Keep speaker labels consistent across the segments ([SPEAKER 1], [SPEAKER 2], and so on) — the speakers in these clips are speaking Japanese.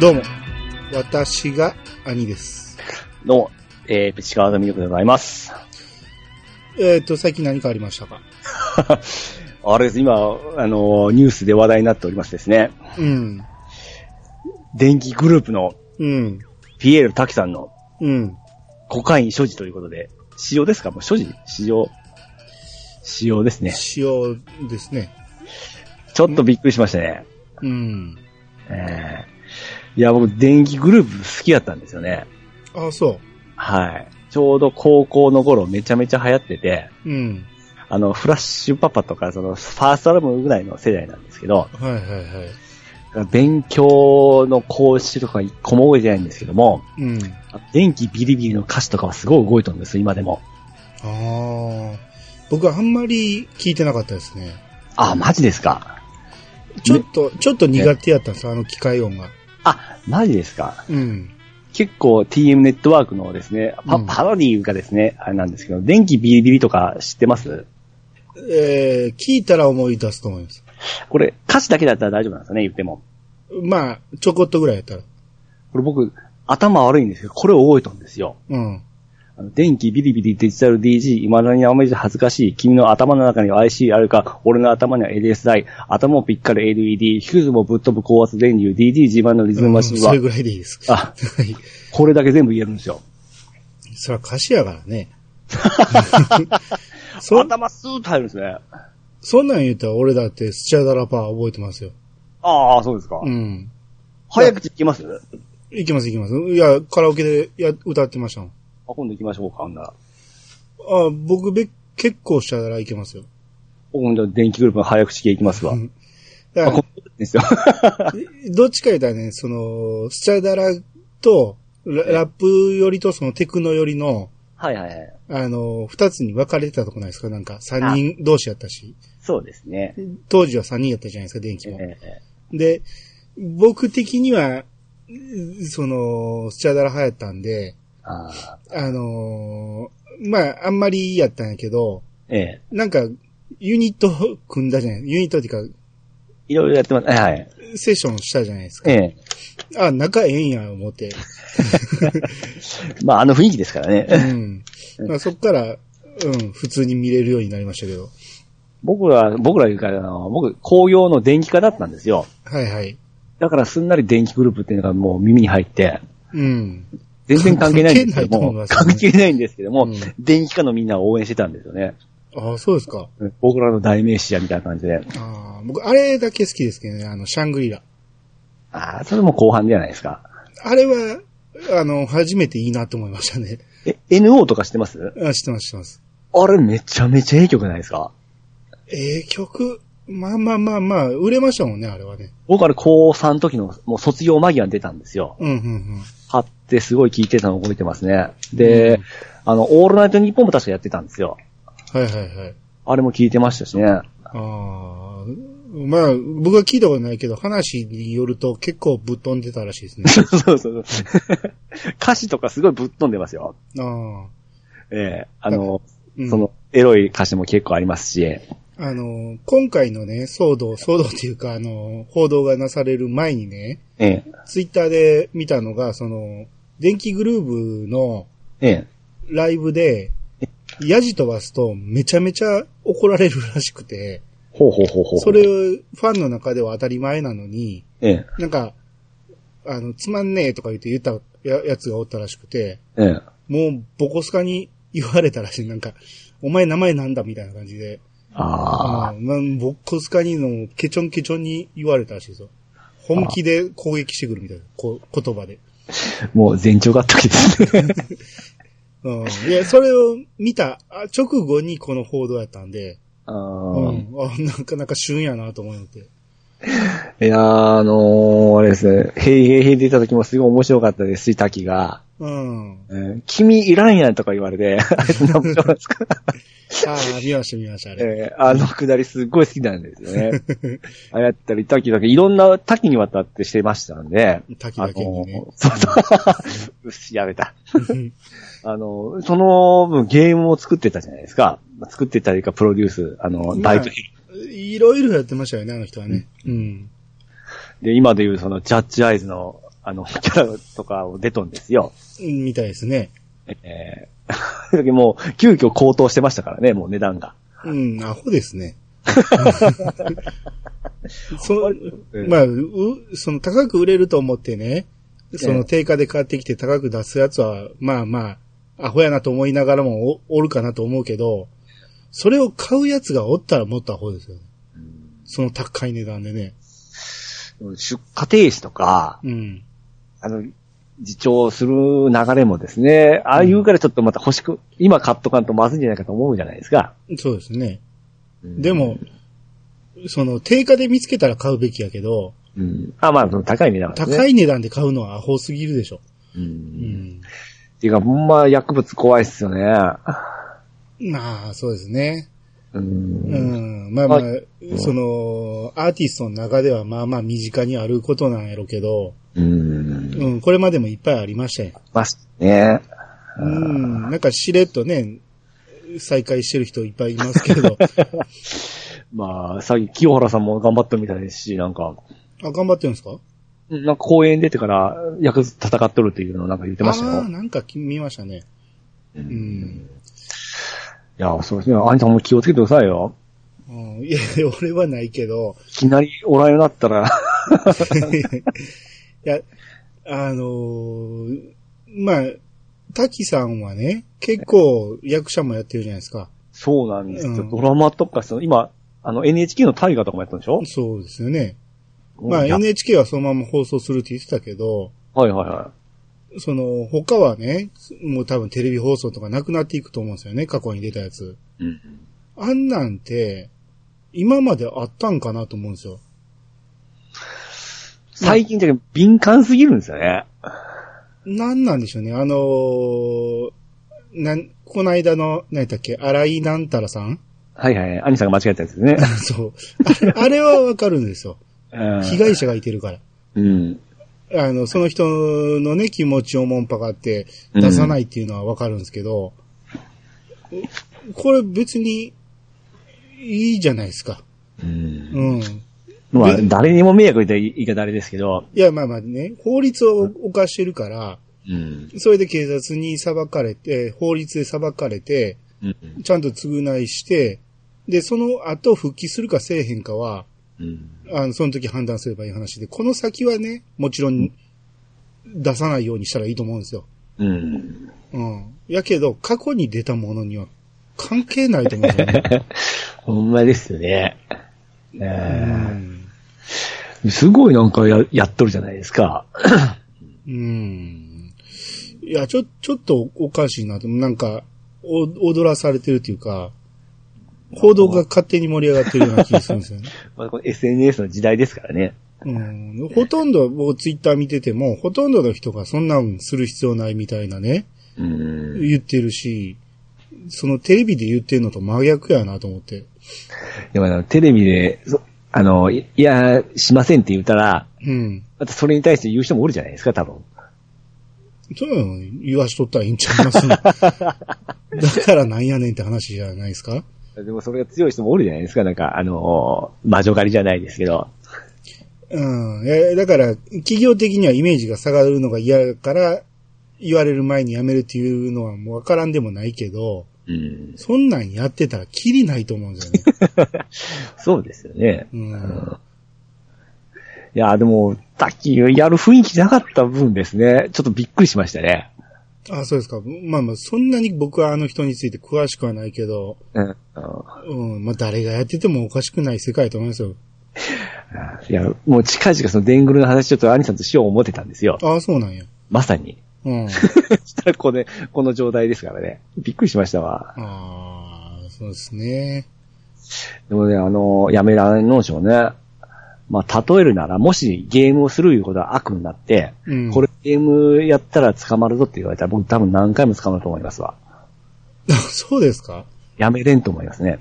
[SPEAKER 1] どうも。私が兄です。
[SPEAKER 2] どうも、えー、プチカワのミルクでございます。
[SPEAKER 1] えっ、と、最近何かありましたか
[SPEAKER 2] あれです、今、あの、ニュースで話題になっておりますですね。
[SPEAKER 1] うん。
[SPEAKER 2] 電気グループの
[SPEAKER 1] うん。
[SPEAKER 2] ピエール滝さんの
[SPEAKER 1] うん。
[SPEAKER 2] コカイン所持ということで、使用ですかもう所持使用。使用ですね。
[SPEAKER 1] 使用ですね。
[SPEAKER 2] ちょっとびっくりしましたね。
[SPEAKER 1] うん。
[SPEAKER 2] えー、いや、僕、電気グループ好きだったんですよね。
[SPEAKER 1] あ、そ
[SPEAKER 2] はい。ちょうど高校の頃めちゃめちゃ流行ってて、
[SPEAKER 1] う。うん。
[SPEAKER 2] あの、フラッシュパパとか、その、ファーストアルバムぐらいの世代なんですけど、
[SPEAKER 1] はいはいはい。
[SPEAKER 2] 勉強の講師とか一個も覚えてないんですけども、
[SPEAKER 1] うん。
[SPEAKER 2] 電気ビリビリの歌詞とかはすごい動いてるんですよ、今でも。
[SPEAKER 1] ああ。僕はあんまり聞いてなかったですね。
[SPEAKER 2] あ、マジですか。
[SPEAKER 1] ちょっと、ちょっと苦手やったんですあの機械音が。
[SPEAKER 2] あ、マジですか。
[SPEAKER 1] うん。
[SPEAKER 2] 結構 TM ネットワークのですね、パ
[SPEAKER 1] うん
[SPEAKER 2] パロディーがですね、あれなんですけど、電気ビリビリとか知ってます
[SPEAKER 1] えー、聞いたら思い出すと思います。
[SPEAKER 2] これ歌詞だけだったら大丈夫なんですよね、言っても。
[SPEAKER 1] まあ、ちょこっとぐらいやったら。
[SPEAKER 2] これ僕、頭悪いんですけど、これを覚えたんですよ。
[SPEAKER 1] うん。
[SPEAKER 2] あの電気ビリビリデジタル DG、未だに青めじ恥ずかしい、君の頭の中には IC あるか、俺の頭には LSI、頭もぴっかり LED、ヒューズもぶっ飛ぶ高圧電流、DD 自慢のリズムマシン
[SPEAKER 1] そ
[SPEAKER 2] は、
[SPEAKER 1] れぐらいでいいです。 は
[SPEAKER 2] あ、
[SPEAKER 1] い。
[SPEAKER 2] これだけ全部言えるんですよ。
[SPEAKER 1] そら歌詞やから ね。そ、
[SPEAKER 2] 頭スーッと入るんですね。
[SPEAKER 1] そんなん言うたら俺だってスチャダラパー覚えてますよ。
[SPEAKER 2] ああ、そうですか。
[SPEAKER 1] うん。
[SPEAKER 2] 早口聞きますあ、
[SPEAKER 1] いきますいきます。いや、カラオケでや歌ってましたもん。
[SPEAKER 2] 今度行きましょうか、ほんなら。
[SPEAKER 1] あ僕べ、結構スチャダラいけますよ。
[SPEAKER 2] 今度電気グループの早口系行きますわ。
[SPEAKER 1] うん
[SPEAKER 2] あ、
[SPEAKER 1] だ
[SPEAKER 2] こ
[SPEAKER 1] か
[SPEAKER 2] んなですよ。
[SPEAKER 1] ら、どっちか言ったらね、その、スチャダラと、ララップ寄りとそのテクノ寄りの、
[SPEAKER 2] はいはいはい。
[SPEAKER 1] あの、二つに分かれてたとこないですかなんか、三人同士やったし。
[SPEAKER 2] そうですね。
[SPEAKER 1] 当時は三人やったじゃないですか、電気
[SPEAKER 2] え
[SPEAKER 1] も。
[SPEAKER 2] え
[SPEAKER 1] で、僕的には、うその、スチャダラ派やったんで、
[SPEAKER 2] ああ
[SPEAKER 1] あのーまあ、あんまりやったんやけど、
[SPEAKER 2] ええ
[SPEAKER 1] なんか、ユニット組んだじゃない、ユニットっていうか、
[SPEAKER 2] いろいろやってます。はいはい。
[SPEAKER 1] セッションしたじゃないですか。
[SPEAKER 2] ええ
[SPEAKER 1] あ、仲ええんや、思って。
[SPEAKER 2] まあ、あの雰囲気ですからね。
[SPEAKER 1] うん。まあ、そっから、うん、普通に見れるようになりましたけど。
[SPEAKER 2] 僕ら、僕らいうか、あの、僕、工業の電気科だったんですよ。
[SPEAKER 1] はいはい。
[SPEAKER 2] だからすんなり電気グループっていうのがもう耳に入って、
[SPEAKER 1] うん。
[SPEAKER 2] 全然関係ないんですけども、
[SPEAKER 1] 関
[SPEAKER 2] 関
[SPEAKER 1] 係
[SPEAKER 2] 係ないんですけども、
[SPEAKER 1] うん
[SPEAKER 2] 電気科のみんなを応援してたんですよね。
[SPEAKER 1] あそうですか。
[SPEAKER 2] 僕らの代名詞やみたいな感じで。
[SPEAKER 1] あー僕、あれだけ好きですけどね、あの、シャングリラ。
[SPEAKER 2] ああ、それも後半じゃないですか。
[SPEAKER 1] あれは、あの、初めていいなと思いましたね。
[SPEAKER 2] え、NO とか知ってます
[SPEAKER 1] あ知ってます、知ってます。
[SPEAKER 2] あれめちゃめちゃええ曲ないですか
[SPEAKER 1] ええ曲、まあまあまあまあ、売れましたもんね、あれはね。
[SPEAKER 2] 僕あれ高3の時のもう卒業間際に出たんですよ。
[SPEAKER 1] うん、うん、うん。
[SPEAKER 2] 買ってすごい聴いてたの覚えてますね。で、あの、オールナイトニッポンも確かやってたんですよ。
[SPEAKER 1] はいはいはい。
[SPEAKER 2] あれも聴いてましたしね。
[SPEAKER 1] ああ、まあ、僕は聞いたことないけど、話によると結構ぶっ飛んでたらしいですね。
[SPEAKER 2] そうそうそう。歌詞とかすごいぶっ飛んでますよ。
[SPEAKER 1] ああ、
[SPEAKER 2] ええあの、
[SPEAKER 1] うん
[SPEAKER 2] その、エロい歌詞も結構ありますし、
[SPEAKER 1] あの、今回のね、騒動、騒動っていうか、あの、報道がなされる前にね、
[SPEAKER 2] ええ
[SPEAKER 1] ツイッターで見たのが、その、電気グルーブの
[SPEAKER 2] ええ
[SPEAKER 1] ライブで、ヤジ飛ばすとめちゃめちゃ怒られるらしくて、
[SPEAKER 2] ほうほうほうほう。
[SPEAKER 1] それ、ファンの中では当たり前なのに、
[SPEAKER 2] ええ
[SPEAKER 1] なんか、あの、つまんねえとか言って言ったややつがおったらしくて、
[SPEAKER 2] ええ
[SPEAKER 1] もうボコスカに言われたらしい。なんか、お前名前なんだみたいな感じで。
[SPEAKER 2] ああ、
[SPEAKER 1] うんまあボコスカにの、ケチョンケチョンに言われたらしいぞ。本気で攻撃してくるみたいな、こ言葉で。
[SPEAKER 2] もう前兆があったわけです ね。
[SPEAKER 1] うん。いや、それを見たあ直後にこの報道やったんで、
[SPEAKER 2] あ
[SPEAKER 1] う
[SPEAKER 2] ー
[SPEAKER 1] ん。あ、なかなか旬やなと思って。
[SPEAKER 2] いやー、あのー、あれですね、へいへいへい出た時もすごい面白かったですし、滝が、
[SPEAKER 1] うん。
[SPEAKER 2] ええ君いらんやんとか言われ て、あれそんな面白かったですか
[SPEAKER 1] ああ、見ました見ました、あ
[SPEAKER 2] え
[SPEAKER 1] れ。
[SPEAKER 2] えあのくだりすっごい好きなんですよね。 ああやったり、滝だけ、いろんな滝にわたってしてましたんで、
[SPEAKER 1] 滝だけにね
[SPEAKER 2] あのそうそう。 やめた。 あの、その分ゲームを作ってたじゃないですか。作ってたりか、プロデュース、あの、バイト。
[SPEAKER 1] いろいろやってましたよね、あの人はね。うん。
[SPEAKER 2] で、今でいうその、ジャッジアイズの、あの、キャラとかを出とんですよ。
[SPEAKER 1] うんみたいですね。
[SPEAKER 2] えー、その時もう、急遽高騰してましたからね、もう値段が。
[SPEAKER 1] うん、アホですね。そまあ、う、その高く売れると思ってね、そ
[SPEAKER 2] ええ
[SPEAKER 1] の定価で買ってきて高く出すやつは、まあまあ、アホやなと思いながらもおおるかなと思うけど、それを買うやつがおったらもっとアホですよね。その高い値段でね。
[SPEAKER 2] 出荷停止とか、
[SPEAKER 1] うん。
[SPEAKER 2] あの、自重する流れもですね、ああいうからちょっとまた欲しく、今買っとかんとまずいんじゃないかと思うじゃないですか。
[SPEAKER 1] そうですね。
[SPEAKER 2] うん
[SPEAKER 1] でも、その定価で見つけたら買うべきやけど、
[SPEAKER 2] うん。あ、まあ、その高い値段ですね。
[SPEAKER 1] 高
[SPEAKER 2] い。
[SPEAKER 1] い値段で買うのはアホすぎるでしょ。
[SPEAKER 2] う。
[SPEAKER 1] うんん。
[SPEAKER 2] っていうか、ほんま薬物怖いっすよね。
[SPEAKER 1] まあ、そうですね。
[SPEAKER 2] う。
[SPEAKER 1] うんんまあまあ
[SPEAKER 2] は、
[SPEAKER 1] その、アーティストの中ではまあまあ身近にあることなんやろうけど、
[SPEAKER 2] うん。
[SPEAKER 1] うん、これまでもいっぱいありましたよ。
[SPEAKER 2] まあ、ね。
[SPEAKER 1] うん、なんかしれっとね、再開してる人いっぱいいますけ ど、
[SPEAKER 2] まあ、さっき清原さんも頑張ったみたいですし、なんか、
[SPEAKER 1] あ、頑張ってるんですか
[SPEAKER 2] なんか公園出てから薬物戦っとるっていうのをなんか言ってました
[SPEAKER 1] あ
[SPEAKER 2] よ
[SPEAKER 1] あ、。なんか見ましたね。
[SPEAKER 2] う。
[SPEAKER 1] うんん。
[SPEAKER 2] いや、そうですね。兄さんも気をつけてくださいよ。
[SPEAKER 1] うんいや、俺はないけ ど、
[SPEAKER 2] いきなりおらんようになったら、
[SPEAKER 1] いや、あのーまあ、滝さんはね、結構役者もやってるじゃないですか。
[SPEAKER 2] そうなんですよ。
[SPEAKER 1] うん
[SPEAKER 2] ドラマとか、その今、あの NHK の大河とかもやったんでしょ
[SPEAKER 1] そうですよね。まあ
[SPEAKER 2] いや
[SPEAKER 1] NHK はそのまま放送するって言ってたけど、
[SPEAKER 2] はいはいは
[SPEAKER 1] その他はね、もう多分テレビ放送とかなくなっていくと思うんですよね、過去に出たやつ。
[SPEAKER 2] い。うん。
[SPEAKER 1] あんなんて、今まであったんかなと思うんですよ。
[SPEAKER 2] 最近じゃ敏感すぎるんですよね。
[SPEAKER 1] なんなんでしょうね、あのーなん、この間の、何やったっけ、荒井なんたらさん
[SPEAKER 2] はいはい。兄さんが間違えたやつですね。
[SPEAKER 1] そう。あれあれはわかるんですよ。
[SPEAKER 2] うん
[SPEAKER 1] 被害者がいてるから。
[SPEAKER 2] うん。
[SPEAKER 1] あの、その人のね、気持ちをもんぱかって出さないっていうのはわかるんですけど、これ別にいいじゃないですか。
[SPEAKER 2] うん。
[SPEAKER 1] うん。
[SPEAKER 2] まあ、誰にも迷惑言ったら言い方あれですけど、
[SPEAKER 1] いや、まあまあね、法律を犯してるから、
[SPEAKER 2] うん。
[SPEAKER 1] それで警察に裁かれて、法律で裁かれて、
[SPEAKER 2] うん。
[SPEAKER 1] ちゃんと償いして、で、その後復帰するかせえへんかは、
[SPEAKER 2] うん。
[SPEAKER 1] あの、その時判断すればいい話で、この先はね、もちろん出さないようにしたらいいと思うんですよ。
[SPEAKER 2] うん。
[SPEAKER 1] うん。やけど、過去に出たものには関係ないと思うんですよね。
[SPEAKER 2] ほんまですよね。ね
[SPEAKER 1] う
[SPEAKER 2] え
[SPEAKER 1] ん。
[SPEAKER 2] すごいなんかややっとるじゃないですか。
[SPEAKER 1] うん。いや、ちょ、ちょっとおかしいなと。なんか、お、踊らされてるというか、報道が勝手に盛り上がってるような気がするんです よね。
[SPEAKER 2] まあ、この SNS の時代ですからね。
[SPEAKER 1] うん。ほとんど、もうツイッター見てても、ほとんどの人がそんなんする必要ないみたいなね、
[SPEAKER 2] うん。
[SPEAKER 1] 言ってるし、そのテレビで言ってるのと真逆やなと思って。
[SPEAKER 2] でもあのテレビで、そあの、いいや、しませんって言ったら、
[SPEAKER 1] うん。
[SPEAKER 2] またそれに対して言う人もおるじゃないですか、多分。
[SPEAKER 1] そういうの言わしとったらいいんちゃいますだからなんやねんって話じゃないですか
[SPEAKER 2] でもそれが強い人もおるじゃないですか、なんか、あの、魔女狩りじゃないですけど。
[SPEAKER 1] うん。え、だから、企業的にはイメージが下がるのが嫌やから、言われる前にやめるっていうのはもうわからんでもないけど、
[SPEAKER 2] うん。
[SPEAKER 1] そんなんやってたらキリないと思うんですよね。
[SPEAKER 2] そうですよね。
[SPEAKER 1] うん
[SPEAKER 2] いや、でも、さっきやる雰囲気なかった分ですね、ちょっとびっくりしましたね。
[SPEAKER 1] あ、そうですか。まあまあ、そんなに僕はあの人について詳しくはないけど、
[SPEAKER 2] うん。
[SPEAKER 1] うん、まあ誰がやっててもおかしくない世界だと思いますよ。
[SPEAKER 2] いや、もう近々そのデングルの話ちょっと兄さんとしよう思ってたんですよ。
[SPEAKER 1] ああ、そうなんや。
[SPEAKER 2] まさに。
[SPEAKER 1] うん。あ
[SPEAKER 2] したらこれ、この状態ですからね。びっくりしましたわ。
[SPEAKER 1] あー、そうですね。
[SPEAKER 2] でもね、あの、やめられんのでしょうね。まあ、例えるなら、もしゲームをするいうことは悪になって、
[SPEAKER 1] うん。
[SPEAKER 2] これゲームやったら捕まるぞって言われたら、僕多分何回も捕まると思いますわ。
[SPEAKER 1] そうですか
[SPEAKER 2] やめれんと思いますね。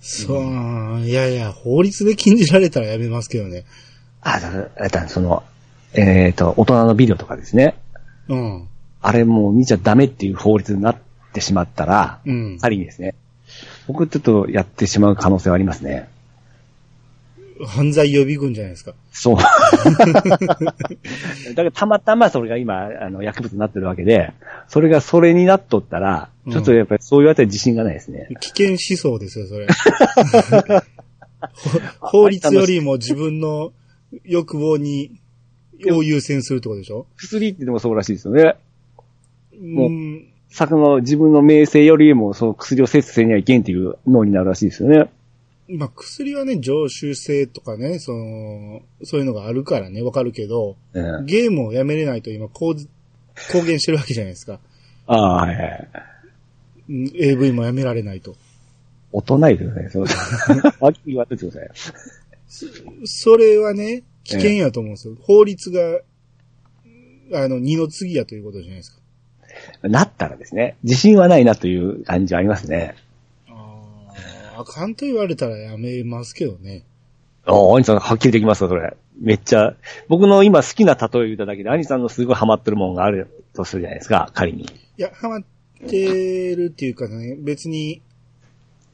[SPEAKER 1] そう、いやいや、法律で禁じられたらやめますけどね。
[SPEAKER 2] あ、だからだから、その、えっ、と、大人のビデオとかですね。
[SPEAKER 1] うん。
[SPEAKER 2] あれもう見ちゃダメっていう法律になってしまったら、
[SPEAKER 1] うん。
[SPEAKER 2] ありですね。僕ちょっとやってしまう可能性はありますね。
[SPEAKER 1] 犯罪予備軍じゃないですか。
[SPEAKER 2] そう。 だからたまたまそれが今、あの、薬物になってるわけで、それがそれになっとったら、ちょっとやっぱりそういうあたり自信がないですね。
[SPEAKER 1] 危険思想ですよ、そ れ。 ほ法律よりも自分の欲望に、を優先するってことでしょ
[SPEAKER 2] 薬ってでもそうらしいですよね。もう
[SPEAKER 1] うん。
[SPEAKER 2] 作の自分の名声よりも、その薬を摂取せにはいけんっていう脳になるらしいですよね。
[SPEAKER 1] まあ、薬はね、常習性とかね、その、そういうのがあるからね、わかるけど、
[SPEAKER 2] うん、
[SPEAKER 1] ゲームをやめれないと今、こう、公言してるわけじゃないですか。
[SPEAKER 2] ああ、はいはい。
[SPEAKER 1] うん AV もやめられないと。
[SPEAKER 2] 大人いですね、 そう。あっきり言われてください。
[SPEAKER 1] それはね、危険やと思うんですよ。法律が、あの、二の次やということじゃないですか。
[SPEAKER 2] なったらですね、自信はないなという感じはありますね。
[SPEAKER 1] ああ、あかんと言われたらやめますけどね。
[SPEAKER 2] おー、兄さん、はっきりできますか、それ。めっちゃ、僕の今好きな例えを言っただけで、兄さんのすごいハマってるもんがあるとするじゃないですか、仮に。
[SPEAKER 1] いや、ハマってるっていうかね、別に、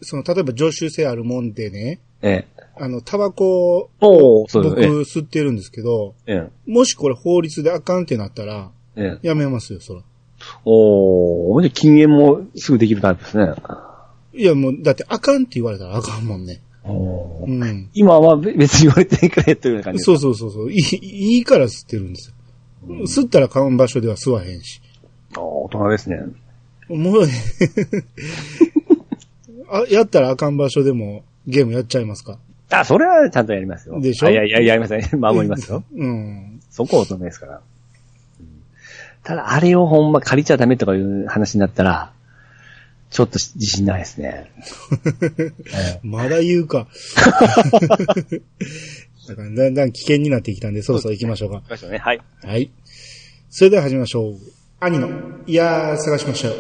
[SPEAKER 1] その、例えば常習性あるもんでね、
[SPEAKER 2] ええ。
[SPEAKER 1] あの、タバコ、
[SPEAKER 2] おー、そう
[SPEAKER 1] 僕
[SPEAKER 2] ですね。
[SPEAKER 1] 吸ってるんですけど、
[SPEAKER 2] ええ。
[SPEAKER 1] もしこれ法律であかんってなったら、
[SPEAKER 2] ええ。
[SPEAKER 1] やめますよ、そら。
[SPEAKER 2] おー、ほんで禁煙もすぐできるタイプですね。
[SPEAKER 1] いや、もう、だってあかんって言われたらあかんもんね。
[SPEAKER 2] おー
[SPEAKER 1] うん。
[SPEAKER 2] 今はべ別に言われていかれというような感じです
[SPEAKER 1] そうそうそうそういい。いいから吸ってるんですよ。吸ったら買う場所では吸わへんし。
[SPEAKER 2] あー大人ですね。
[SPEAKER 1] もう、あ、やったらあかん場所でもゲームやっちゃいますか
[SPEAKER 2] あ、それはちゃんとやりますよ。
[SPEAKER 1] でしょ
[SPEAKER 2] あいやいや、やりません。守りますよ。
[SPEAKER 1] うん。
[SPEAKER 2] そこは大人ですから。うんただ、あれをほんま借りちゃダメとかいう話になったら、ちょっと自信ないですね。
[SPEAKER 1] まだ言うか。だからだんだん危険になってきたんで、そろそろ行きましょうか。
[SPEAKER 2] ましたね。はい。
[SPEAKER 1] はい。それでは始めましょう。兄の、いやー、探しましたよ。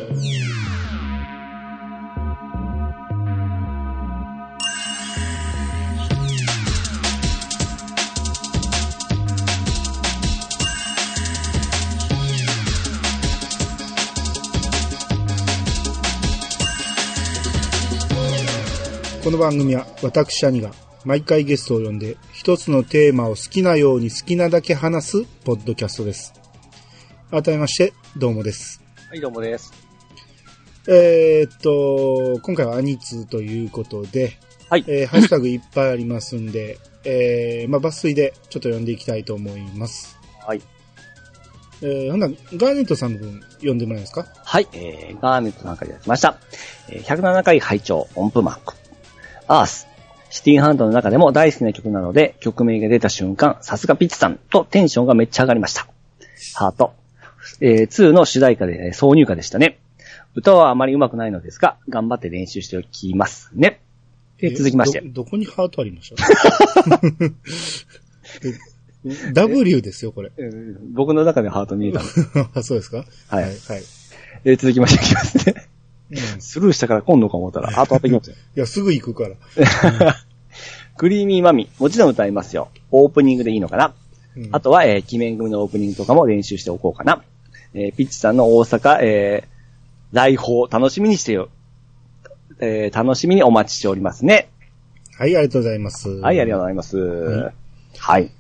[SPEAKER 1] この番組は私兄が毎回ゲストを呼んで一つのテーマを好きなように好きなだけ話すポッドキャストです。改めまして、どうもです。
[SPEAKER 2] はい、どうもです。
[SPEAKER 1] えーっと、今回は兄通ということで、
[SPEAKER 2] はい
[SPEAKER 1] えーハッシュタグいっぱいありますんで、えー、まあ抜粋でちょっと読んでいきたいと思います。
[SPEAKER 2] はい。
[SPEAKER 1] えー、ほんならガーネットさんの分読んでもらえますか
[SPEAKER 2] はい、えー、ガーネットさんからいただきました。えー、107回拝聴音符マーク。アース。シティーハンドの中でも大好きな曲なので、曲名が出た瞬間、さすがピッチさんとテンションがめっちゃ上がりました。ハート。えー、2の主題歌で、えー挿入歌でしたね。歌はあまり上手くないのですが、頑張って練習しておきますね。えー続きまして。
[SPEAKER 1] ど。どこにハートありました え ?W ですよ、これ。
[SPEAKER 2] 僕の中でハート見えたの。
[SPEAKER 1] あ、そうですか
[SPEAKER 2] は
[SPEAKER 1] はい。
[SPEAKER 2] い
[SPEAKER 1] はい
[SPEAKER 2] えー、続きましていきますね。
[SPEAKER 1] うんい
[SPEAKER 2] スルーしたから今度か思った ら、ハートあってきました。
[SPEAKER 1] や、すぐ行くから。
[SPEAKER 2] クリーミーマミ。もちろん歌いますよ。オープニングでいいのかな
[SPEAKER 1] うん
[SPEAKER 2] あとは、えー、鬼面組のオープニングとかも練習しておこうかな。えーピッチさんの大阪、えー来訪、楽しみにしてよ。えー楽しみにお待ちしておりますね。
[SPEAKER 1] はい、ありがとうございます。
[SPEAKER 2] はい、ありがとうございます。はい。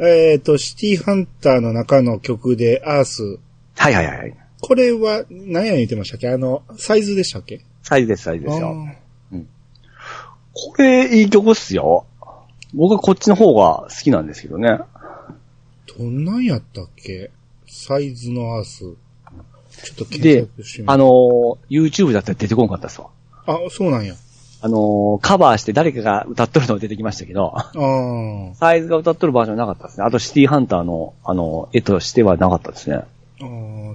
[SPEAKER 1] えっ、と、シティハンターの中の曲で、アース。
[SPEAKER 2] はいはいはいはい。
[SPEAKER 1] これは、何や言ってましたっけあの、サイズでしたっけ
[SPEAKER 2] サイズです、サイズです
[SPEAKER 1] あ
[SPEAKER 2] よ。
[SPEAKER 1] ー
[SPEAKER 2] これ、いい曲っすよ。僕はこっちの方が好きなんですけどね。
[SPEAKER 1] どんなんやったっけサイズのアース。ちょっと検索してみ
[SPEAKER 2] あ
[SPEAKER 1] る。
[SPEAKER 2] のー YouTube だったら出てこなかったっすわ。
[SPEAKER 1] あ、そうなんや。
[SPEAKER 2] あのーカバーして誰かが歌っとるのが出てきましたけど。
[SPEAKER 1] あー
[SPEAKER 2] サイズが歌っとるバージョンなかったですね。あと、シティハンターの、あの、絵としてはなかったですね。
[SPEAKER 1] あー。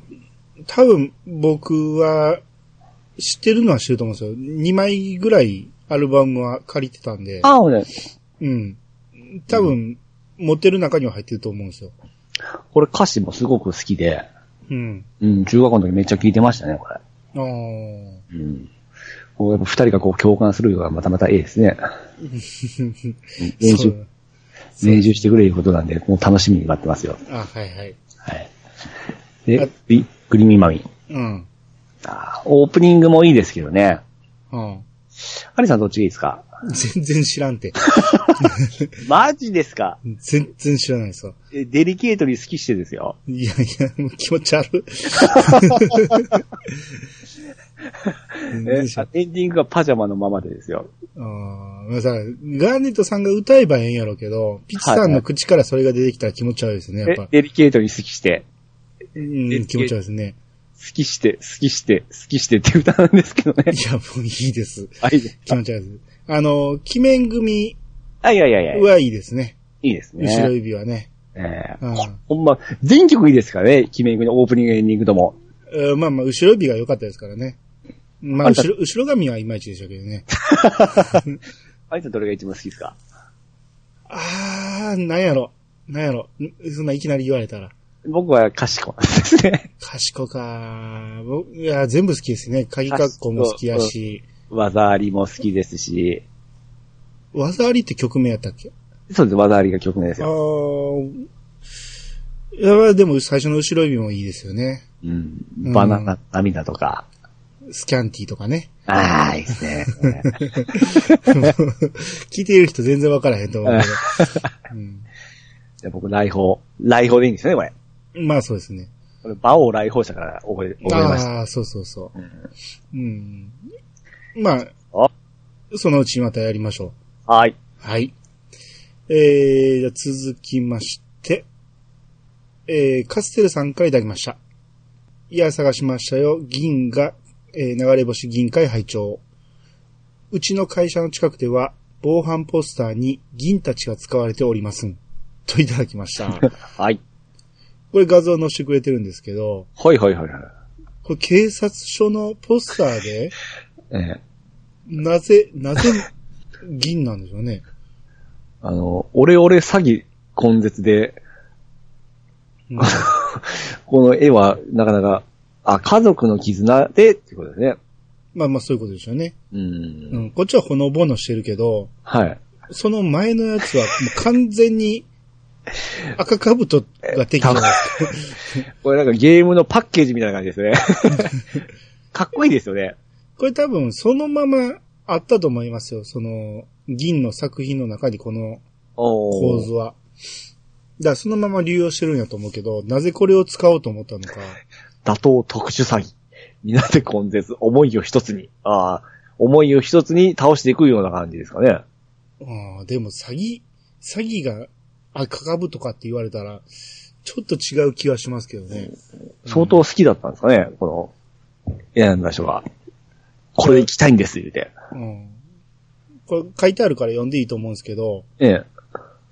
[SPEAKER 1] 多分、僕は、知ってるのは知ると思うんですよ。2枚ぐらいアルバムは借りてたんで。
[SPEAKER 2] ああ、ね、
[SPEAKER 1] うん。多分、持ってる中には入ってると思うんですよ。
[SPEAKER 2] これ歌詞もすごく好きで、
[SPEAKER 1] うん。
[SPEAKER 2] うん、中学校の時めっちゃ聴いてましたね、これ。
[SPEAKER 1] あー
[SPEAKER 2] うん。こうやっぱ二人がこう共感するのがまたまた絵ですね。うん練
[SPEAKER 1] そ
[SPEAKER 2] 習、
[SPEAKER 1] う
[SPEAKER 2] 練習してくれることなんで、もう楽しみに待ってますよ。
[SPEAKER 1] あ、はいはい。
[SPEAKER 2] はい。
[SPEAKER 1] あ
[SPEAKER 2] で、ビグリミマミ。
[SPEAKER 1] うん。
[SPEAKER 2] あーオープニングもいいですけどね。
[SPEAKER 1] うん。
[SPEAKER 2] アリさんどっちがいいですか
[SPEAKER 1] 全然知らんて。
[SPEAKER 2] マジですか
[SPEAKER 1] 全然知らないですわ。
[SPEAKER 2] えデリケートに好きしてですよ。
[SPEAKER 1] いやいや、もう気持ち悪い。 全
[SPEAKER 2] え
[SPEAKER 1] 然知らん
[SPEAKER 2] エンディングがパジャマのままでですよ。
[SPEAKER 1] あーまあさ、ガーネットさんが歌えばええんやろうけど、ピチさんの口からそれが出てきたら気持ち悪いですね、やっ
[SPEAKER 2] え
[SPEAKER 1] ぱ。
[SPEAKER 2] デリケートに好きして、
[SPEAKER 1] うん、気持ち悪いですね。
[SPEAKER 2] 好きして、好きして、好きしてって歌なんですけど ね
[SPEAKER 1] い。や、もういいです。
[SPEAKER 2] あ、いいです
[SPEAKER 1] 気持ち悪いです。あの、鬼面組
[SPEAKER 2] あ、いやいやいや、い
[SPEAKER 1] はいいですね。
[SPEAKER 2] いですね。
[SPEAKER 1] 後ろ指はね。
[SPEAKER 2] ええ
[SPEAKER 1] うん
[SPEAKER 2] ほんま、全曲いいですからね、キメイクのオープニング、エンディングとも。
[SPEAKER 1] うんまあまあ、後ろ指が良かったですからね。まあ、
[SPEAKER 2] あんた
[SPEAKER 1] 後ろ、後ろ髪はいまいちでしたけどね。
[SPEAKER 2] あいつはどれが一番好きですか
[SPEAKER 1] あー、なんやろ。なんやろ。んそんないきなり言われたら。
[SPEAKER 2] 僕は賢いですね。
[SPEAKER 1] 賢か。ぼいや、全部好きですね。鍵格好も好きやし。
[SPEAKER 2] 技ありも好きですし、
[SPEAKER 1] 技ありって曲名やったっけ
[SPEAKER 2] そうです、技ありが曲名です
[SPEAKER 1] あ
[SPEAKER 2] よ。
[SPEAKER 1] ーいや、でも最初の後ろ指もいいですよね。
[SPEAKER 2] うん
[SPEAKER 1] うん。
[SPEAKER 2] バナナ、涙とか。
[SPEAKER 1] スキャンティとか ね。
[SPEAKER 2] ああ、いいで すね。
[SPEAKER 1] 聞いている人全然わからへんと思うけど。
[SPEAKER 2] じゃあ僕、来訪。来訪でいいんですよね、これ。
[SPEAKER 1] うんまあそうですね。
[SPEAKER 2] これ、馬王来訪者から覚え、覚えました。
[SPEAKER 1] ああー、そうそうそう
[SPEAKER 2] うん。
[SPEAKER 1] うん。まあ
[SPEAKER 2] あ、
[SPEAKER 1] そのうちまたやりましょ
[SPEAKER 2] はい。
[SPEAKER 1] う。はい。えー、じゃあ続きまして、えー、カステルさんからいただきました。いや、探しましたよ。銀河、えー、流れ星銀海拝聴うちの会社の近くでは、防犯ポスターに銀たちが使われておりますん。といただきました。
[SPEAKER 2] はい。
[SPEAKER 1] これ画像載せてくれてるんですけど、
[SPEAKER 2] ほいほいほいほい。
[SPEAKER 1] これ警察署のポスターで、
[SPEAKER 2] ええ
[SPEAKER 1] なぜ、なぜ、銀なんでしょうね。
[SPEAKER 2] あの、俺俺詐欺根絶で、
[SPEAKER 1] うん
[SPEAKER 2] この絵はなかなか、あ、家族の絆でっていうことですね。
[SPEAKER 1] まあまあそういうことでしょうね。
[SPEAKER 2] う。
[SPEAKER 1] うんん。こっちはほのぼのしてるけど、
[SPEAKER 2] はい。
[SPEAKER 1] その前のやつはもう完全に赤かぶとが敵なんです。
[SPEAKER 2] これなんかゲームのパッケージみたいな感じです ね。かっこいいですよね。
[SPEAKER 1] これ多分そのままあったと思いますよ。その銀の作品の中にこの構
[SPEAKER 2] お
[SPEAKER 1] 図は。だからそのまま流用してるんやと思うけど、なぜこれを使おうと思ったのか。
[SPEAKER 2] 打倒特殊詐欺。皆で根絶。思いを一つに。ああ、思いを一つに倒していくような感じですかね。
[SPEAKER 1] ああ、でも詐欺、詐欺が赤かぶとかって言われたら、ちょっと違う気はしますけどね。
[SPEAKER 2] 相当好きだったんですかね、この、選んだ人が。これで行きたいんです、言うて。
[SPEAKER 1] うん。これ書いてあるから読んでいいと思うんですけど、
[SPEAKER 2] ええ。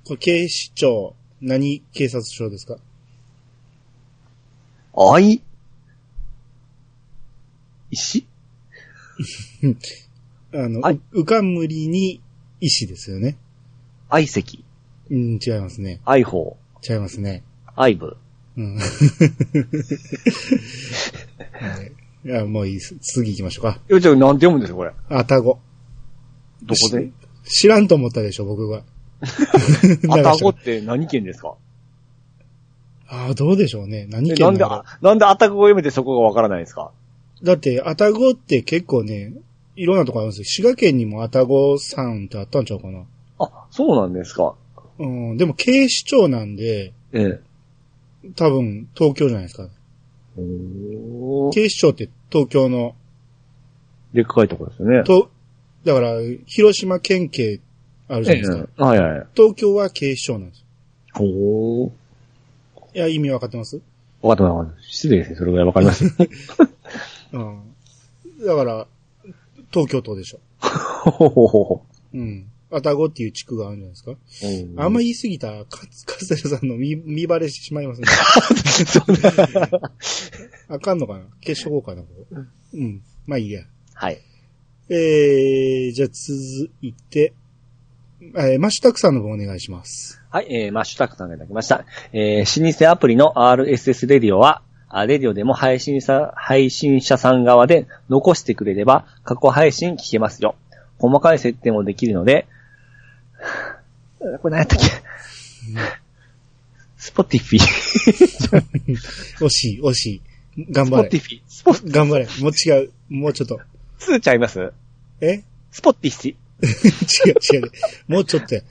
[SPEAKER 1] これ警視庁、何警察署ですか
[SPEAKER 2] あい石
[SPEAKER 1] あの、
[SPEAKER 2] はいう
[SPEAKER 1] かむりに医師ですよね。
[SPEAKER 2] 愛石、
[SPEAKER 1] うん、違いますね。
[SPEAKER 2] 愛法、
[SPEAKER 1] 違いますね。
[SPEAKER 2] 愛部。
[SPEAKER 1] うん。はいいや、もういいです。次行きましょうか。
[SPEAKER 2] いや、じゃあなんて読むんですか、これ。
[SPEAKER 1] あたご。
[SPEAKER 2] どこで
[SPEAKER 1] 知らんと思ったでしょ、僕が。
[SPEAKER 2] あたごって何県ですか
[SPEAKER 1] ああ、どうでしょうね。何
[SPEAKER 2] え
[SPEAKER 1] 県な
[SPEAKER 2] な
[SPEAKER 1] んん
[SPEAKER 2] で、
[SPEAKER 1] だろ
[SPEAKER 2] あなんであたごを読めてそこがわからないんですか
[SPEAKER 1] うだって、アタゴって結構ね、いろんなとこあるんですよ。滋賀県にもアタゴさんってあったんちゃうかな。
[SPEAKER 2] あ、そうなんですか。
[SPEAKER 1] うん、でも警視庁なんで、
[SPEAKER 2] ええ。
[SPEAKER 1] 多分東京じゃないですか。
[SPEAKER 2] おー
[SPEAKER 1] 警視庁って東京の、
[SPEAKER 2] でっかいとこですよね。
[SPEAKER 1] と、だから、広島県警あるじゃないですか。
[SPEAKER 2] ええはいはい。
[SPEAKER 1] 東京は警視庁なんです
[SPEAKER 2] おー。
[SPEAKER 1] よ。いや、意味わかってます
[SPEAKER 2] わかったわかった。失礼ですね。それぐらいわかります。
[SPEAKER 1] うん。だから、東京都でしょ。
[SPEAKER 2] ほほほほほ。
[SPEAKER 1] うん。アタゴっていう地区があるんじゃないですか。あん
[SPEAKER 2] ま
[SPEAKER 1] ま言い過ぎたら、カ ツカセルさんの見、見バレしてしまいますね。あかんのかな消しとこうかな、これうん。まあいいや。
[SPEAKER 2] はい。
[SPEAKER 1] えー、じゃあ続いて、えー、マシュタクさんの方お願いします。
[SPEAKER 2] はい、えー、マッシュタクさんがいただきました。えー、老舗アプリの RSS レディオは、あレディオでも配信者、配信者さん側で残してくれれば、過去配信聞けますよ。細かい設定もできるので、 これ何やったっけスポティフィ。ス
[SPEAKER 1] 惜しい、惜しい。頑張
[SPEAKER 2] ポテ
[SPEAKER 1] れ。
[SPEAKER 2] ィフィ。スポ、ツ
[SPEAKER 1] 頑張れ。もう違う。もうちょっと。
[SPEAKER 2] ーちゃいます
[SPEAKER 1] え
[SPEAKER 2] スポティフィ。
[SPEAKER 1] 違う、違う。もうちょっとや。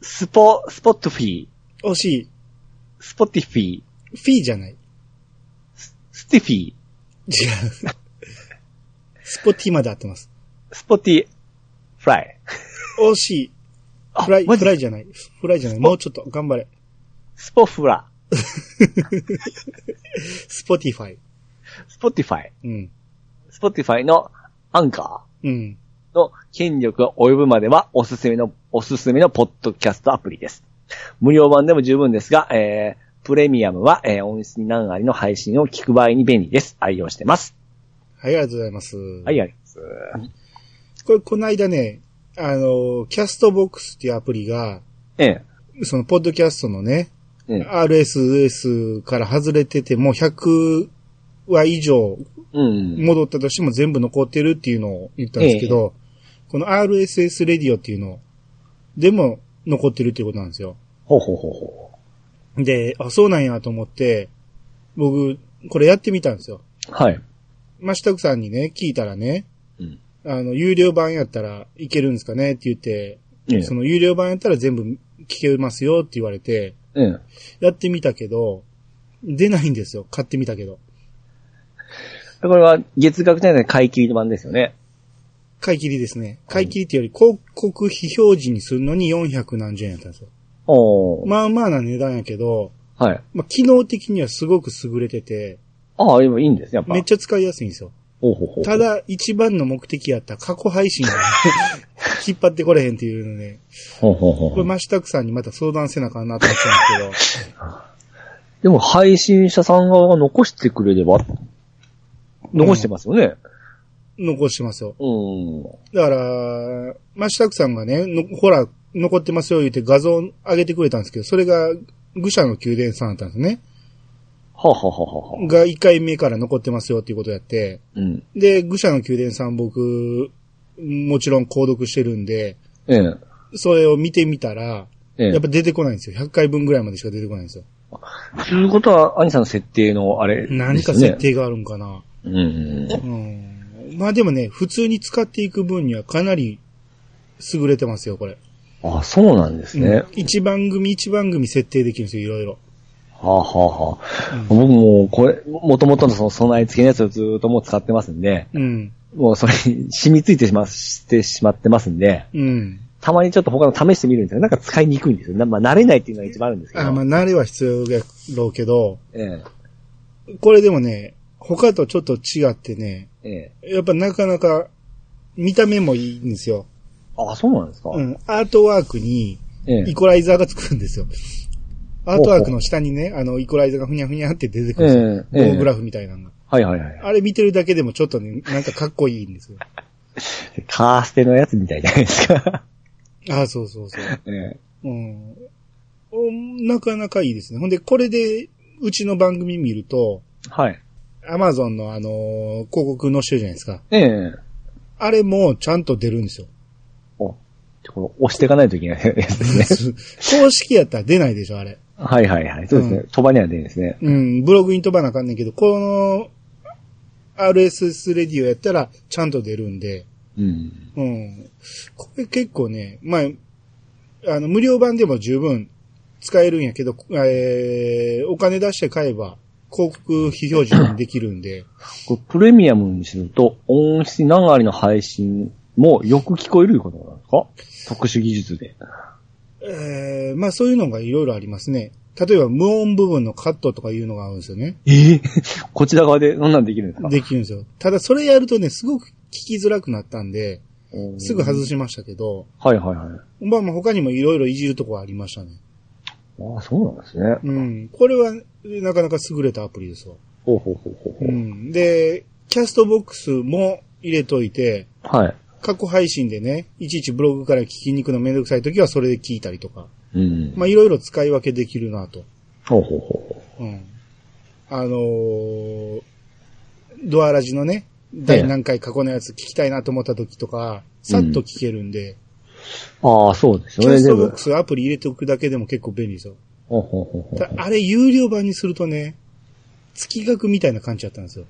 [SPEAKER 2] スポ、スポットフィー、
[SPEAKER 1] 惜しい。
[SPEAKER 2] スポティフィー、
[SPEAKER 1] フィーじゃない。違う。
[SPEAKER 2] スティフィー、
[SPEAKER 1] スポティまで合ってます。
[SPEAKER 2] スポティ、フライ。
[SPEAKER 1] 惜しい。
[SPEAKER 2] あ
[SPEAKER 1] フライ、
[SPEAKER 2] マジ
[SPEAKER 1] フライじゃない。フライじゃない。もうちょっと、頑張れ。
[SPEAKER 2] スポフラ、
[SPEAKER 1] スポティファイ。
[SPEAKER 2] スポティファイ、
[SPEAKER 1] うん。
[SPEAKER 2] スポティファイのアンカ
[SPEAKER 1] うん。
[SPEAKER 2] ーの権力が及ぶまではおすすめの、おすすめのポッドキャストアプリです。無料版でも十分ですが、えー、プレミアムは、えー、音質に何ありの配信を聞く場合に便利です。愛用してます。
[SPEAKER 1] はい、ありがとうございます。
[SPEAKER 2] は、
[SPEAKER 1] はい
[SPEAKER 2] あります。
[SPEAKER 1] これ、この間ね、あの、キャストボックスっていうアプリが、
[SPEAKER 2] ええ、
[SPEAKER 1] その、ポッドキャストのね、
[SPEAKER 2] ええ、
[SPEAKER 1] RSS から外れてても、100話以上
[SPEAKER 2] うん。
[SPEAKER 1] 戻ったとしても全部残ってるっていうのを言ったんですけど、この RSS レディオっていうのでも残ってるっていうことなんですよ。
[SPEAKER 2] ほうほうほうほ
[SPEAKER 1] で、あ、そうなんやと思って、僕、これやってみたんですよ。
[SPEAKER 2] う。はい。
[SPEAKER 1] ましたくさんにね、聞いたらね、
[SPEAKER 2] うん
[SPEAKER 1] あの、有料版やったらいけるんですかねって言って、
[SPEAKER 2] ええ
[SPEAKER 1] その有料版やったら全部聞けますよって言われて、
[SPEAKER 2] ええ。
[SPEAKER 1] やってみたけど、出ないんですよ。買ってみたけど。
[SPEAKER 2] これは月額じゃない買い切り版ですよね。
[SPEAKER 1] 買い切りですね。買い切りっていうより広告費表示にするのに400何十円やったんですよ。
[SPEAKER 2] おー。
[SPEAKER 1] まあまあな値段やけど、
[SPEAKER 2] はい。
[SPEAKER 1] まあ、機能的にはすごく優れてて、
[SPEAKER 2] ああ、でもいいんですね、やっぱ。
[SPEAKER 1] めっちゃ使いやすいんですよ。
[SPEAKER 2] ほうほうほう。
[SPEAKER 1] た、だ、一番の目的やった過去配信が引っ張ってこれへんっていうので、
[SPEAKER 2] ほうほうほう
[SPEAKER 1] これ、マシタクさんにまた相談せなあかんなと思ったんですけ
[SPEAKER 2] でも配信者さん側が残してくれれば、残してますよね。
[SPEAKER 1] ど、残してますよ。
[SPEAKER 2] うん。
[SPEAKER 1] だから、マシタクさんがね、のほら、残ってますよ言って画像上げてくれたんですけど、それが、愚者の宮殿さんだったんですね。
[SPEAKER 2] はあ、はあはあはあ、
[SPEAKER 1] が1回目から残ってますよっていうことやって、
[SPEAKER 2] うん。
[SPEAKER 1] で、愚者の宮殿さん僕、もちろん購読してるんで、
[SPEAKER 2] ええ。
[SPEAKER 1] それを見てみたら、
[SPEAKER 2] ええ。
[SPEAKER 1] やっぱ出てこないんですよ。100回分ぐらいまでしか出てこないんですよ。
[SPEAKER 2] ということは、兄さんの設定のあれ、
[SPEAKER 1] 何か設。定があるんかな。
[SPEAKER 2] うんうん。
[SPEAKER 1] うん。まあでもね、普通に使っていく分にはかなり優れてますよ、これ。
[SPEAKER 2] あ、そうなんですね。
[SPEAKER 1] うん一番組一番組設定できるんですよ、いろいろ。
[SPEAKER 2] はあ、はあはあ、僕も、これ、もともとのその備え付けのやつをずーっともう使ってますんで、
[SPEAKER 1] うん。
[SPEAKER 2] もうそれに染みついてしま、してしまってますんで、
[SPEAKER 1] うん。
[SPEAKER 2] たまにちょっと他の試してみるんですけど、なんか使いにくいんですよ。なまあ、慣れないっていうのが一番あるんですけど。
[SPEAKER 1] あまあ、慣れは必要やろうけど、
[SPEAKER 2] ええ。
[SPEAKER 1] これでもね、他とちょっと違ってね、
[SPEAKER 2] ええ。
[SPEAKER 1] やっぱなかなか見た目もいいんですよ。
[SPEAKER 2] あ、そうなんですか、
[SPEAKER 1] うん。アートワークに
[SPEAKER 2] ええ
[SPEAKER 1] イ。コライザーがつくんですよ。アートワークの下にね、あの、イコライザーがふにゃふにゃって出てくるんですよ。
[SPEAKER 2] ええええ
[SPEAKER 1] 棒グラフみたいなのが。
[SPEAKER 2] はいはいはい。
[SPEAKER 1] あれ見てるだけでもちょっとね、なんかかっこいいんですよ。
[SPEAKER 2] カーステのやつみたいじゃないですか。
[SPEAKER 1] ああ、そうそうそう。
[SPEAKER 2] ええ
[SPEAKER 1] うん。おなかなかいいですね。ほんで、これで、うちの番組見ると、
[SPEAKER 2] はい。
[SPEAKER 1] アマゾンのあのー広告のしてるじゃないですか。
[SPEAKER 2] ええ
[SPEAKER 1] あれもちゃんと出るんですよ。
[SPEAKER 2] お、ちょこれ押していかないといけないやつですね。
[SPEAKER 1] 公式やったら出ないでしょ、あれ。
[SPEAKER 2] はいはいはい。そうですね。
[SPEAKER 1] う
[SPEAKER 2] 飛ばには出るんですね。
[SPEAKER 1] うん、ブログに飛ばなあかんねんけど、この、RSS レディオやったらちゃんと出るんで、
[SPEAKER 2] うん。
[SPEAKER 1] うん。これ結構ね、まあ、あの、無料版でも十分使えるんやけど、えーお金出して買えば、広告非表示にできるんで、
[SPEAKER 2] これプレミアムにすると、音質何割の配信もよく聞こえるいうことなんですか特殊技術で。
[SPEAKER 1] えーまあそういうのがいろいろありますね。例えば無音部分のカットとかいうのがあるんですよね。
[SPEAKER 2] ええ こちら側でそんなんできるんですか
[SPEAKER 1] できるんですよ。ただそれやるとね、すごく聞きづらくなったんで、
[SPEAKER 2] うん
[SPEAKER 1] すぐ外しましたけど、
[SPEAKER 2] はいはいはい。
[SPEAKER 1] まあまあ他にもいろいろいじるとこはありましたね。
[SPEAKER 2] ああ、そうなんですね。
[SPEAKER 1] うん。これはなかなか優れたアプリですよ。
[SPEAKER 2] ほうほうほうほうほ
[SPEAKER 1] う
[SPEAKER 2] う。
[SPEAKER 1] ん。で、キャストボックスも入れといて、
[SPEAKER 2] はい。
[SPEAKER 1] 過去配信でね、いちいちブログから聞きに行くのめんどくさい時はそれで聞いたりとか、
[SPEAKER 2] うん。
[SPEAKER 1] まあいろいろ使い分けできるなと。
[SPEAKER 2] ほうほうほうほ
[SPEAKER 1] うん。あのードアラジのね、第何回過去のやつ聞きたいなと思った時とか、さっと聞けるんで、
[SPEAKER 2] う。ああ、そうです
[SPEAKER 1] キ
[SPEAKER 2] よ
[SPEAKER 1] ャ
[SPEAKER 2] ね、
[SPEAKER 1] スト
[SPEAKER 2] 全
[SPEAKER 1] ボ
[SPEAKER 2] 部
[SPEAKER 1] ック。スアプリ入れておくだけでも結構便利ですよ。
[SPEAKER 2] ほうほうほうほう
[SPEAKER 1] ただあれ有料版にするとね、月額みたいな感じだったんですよ。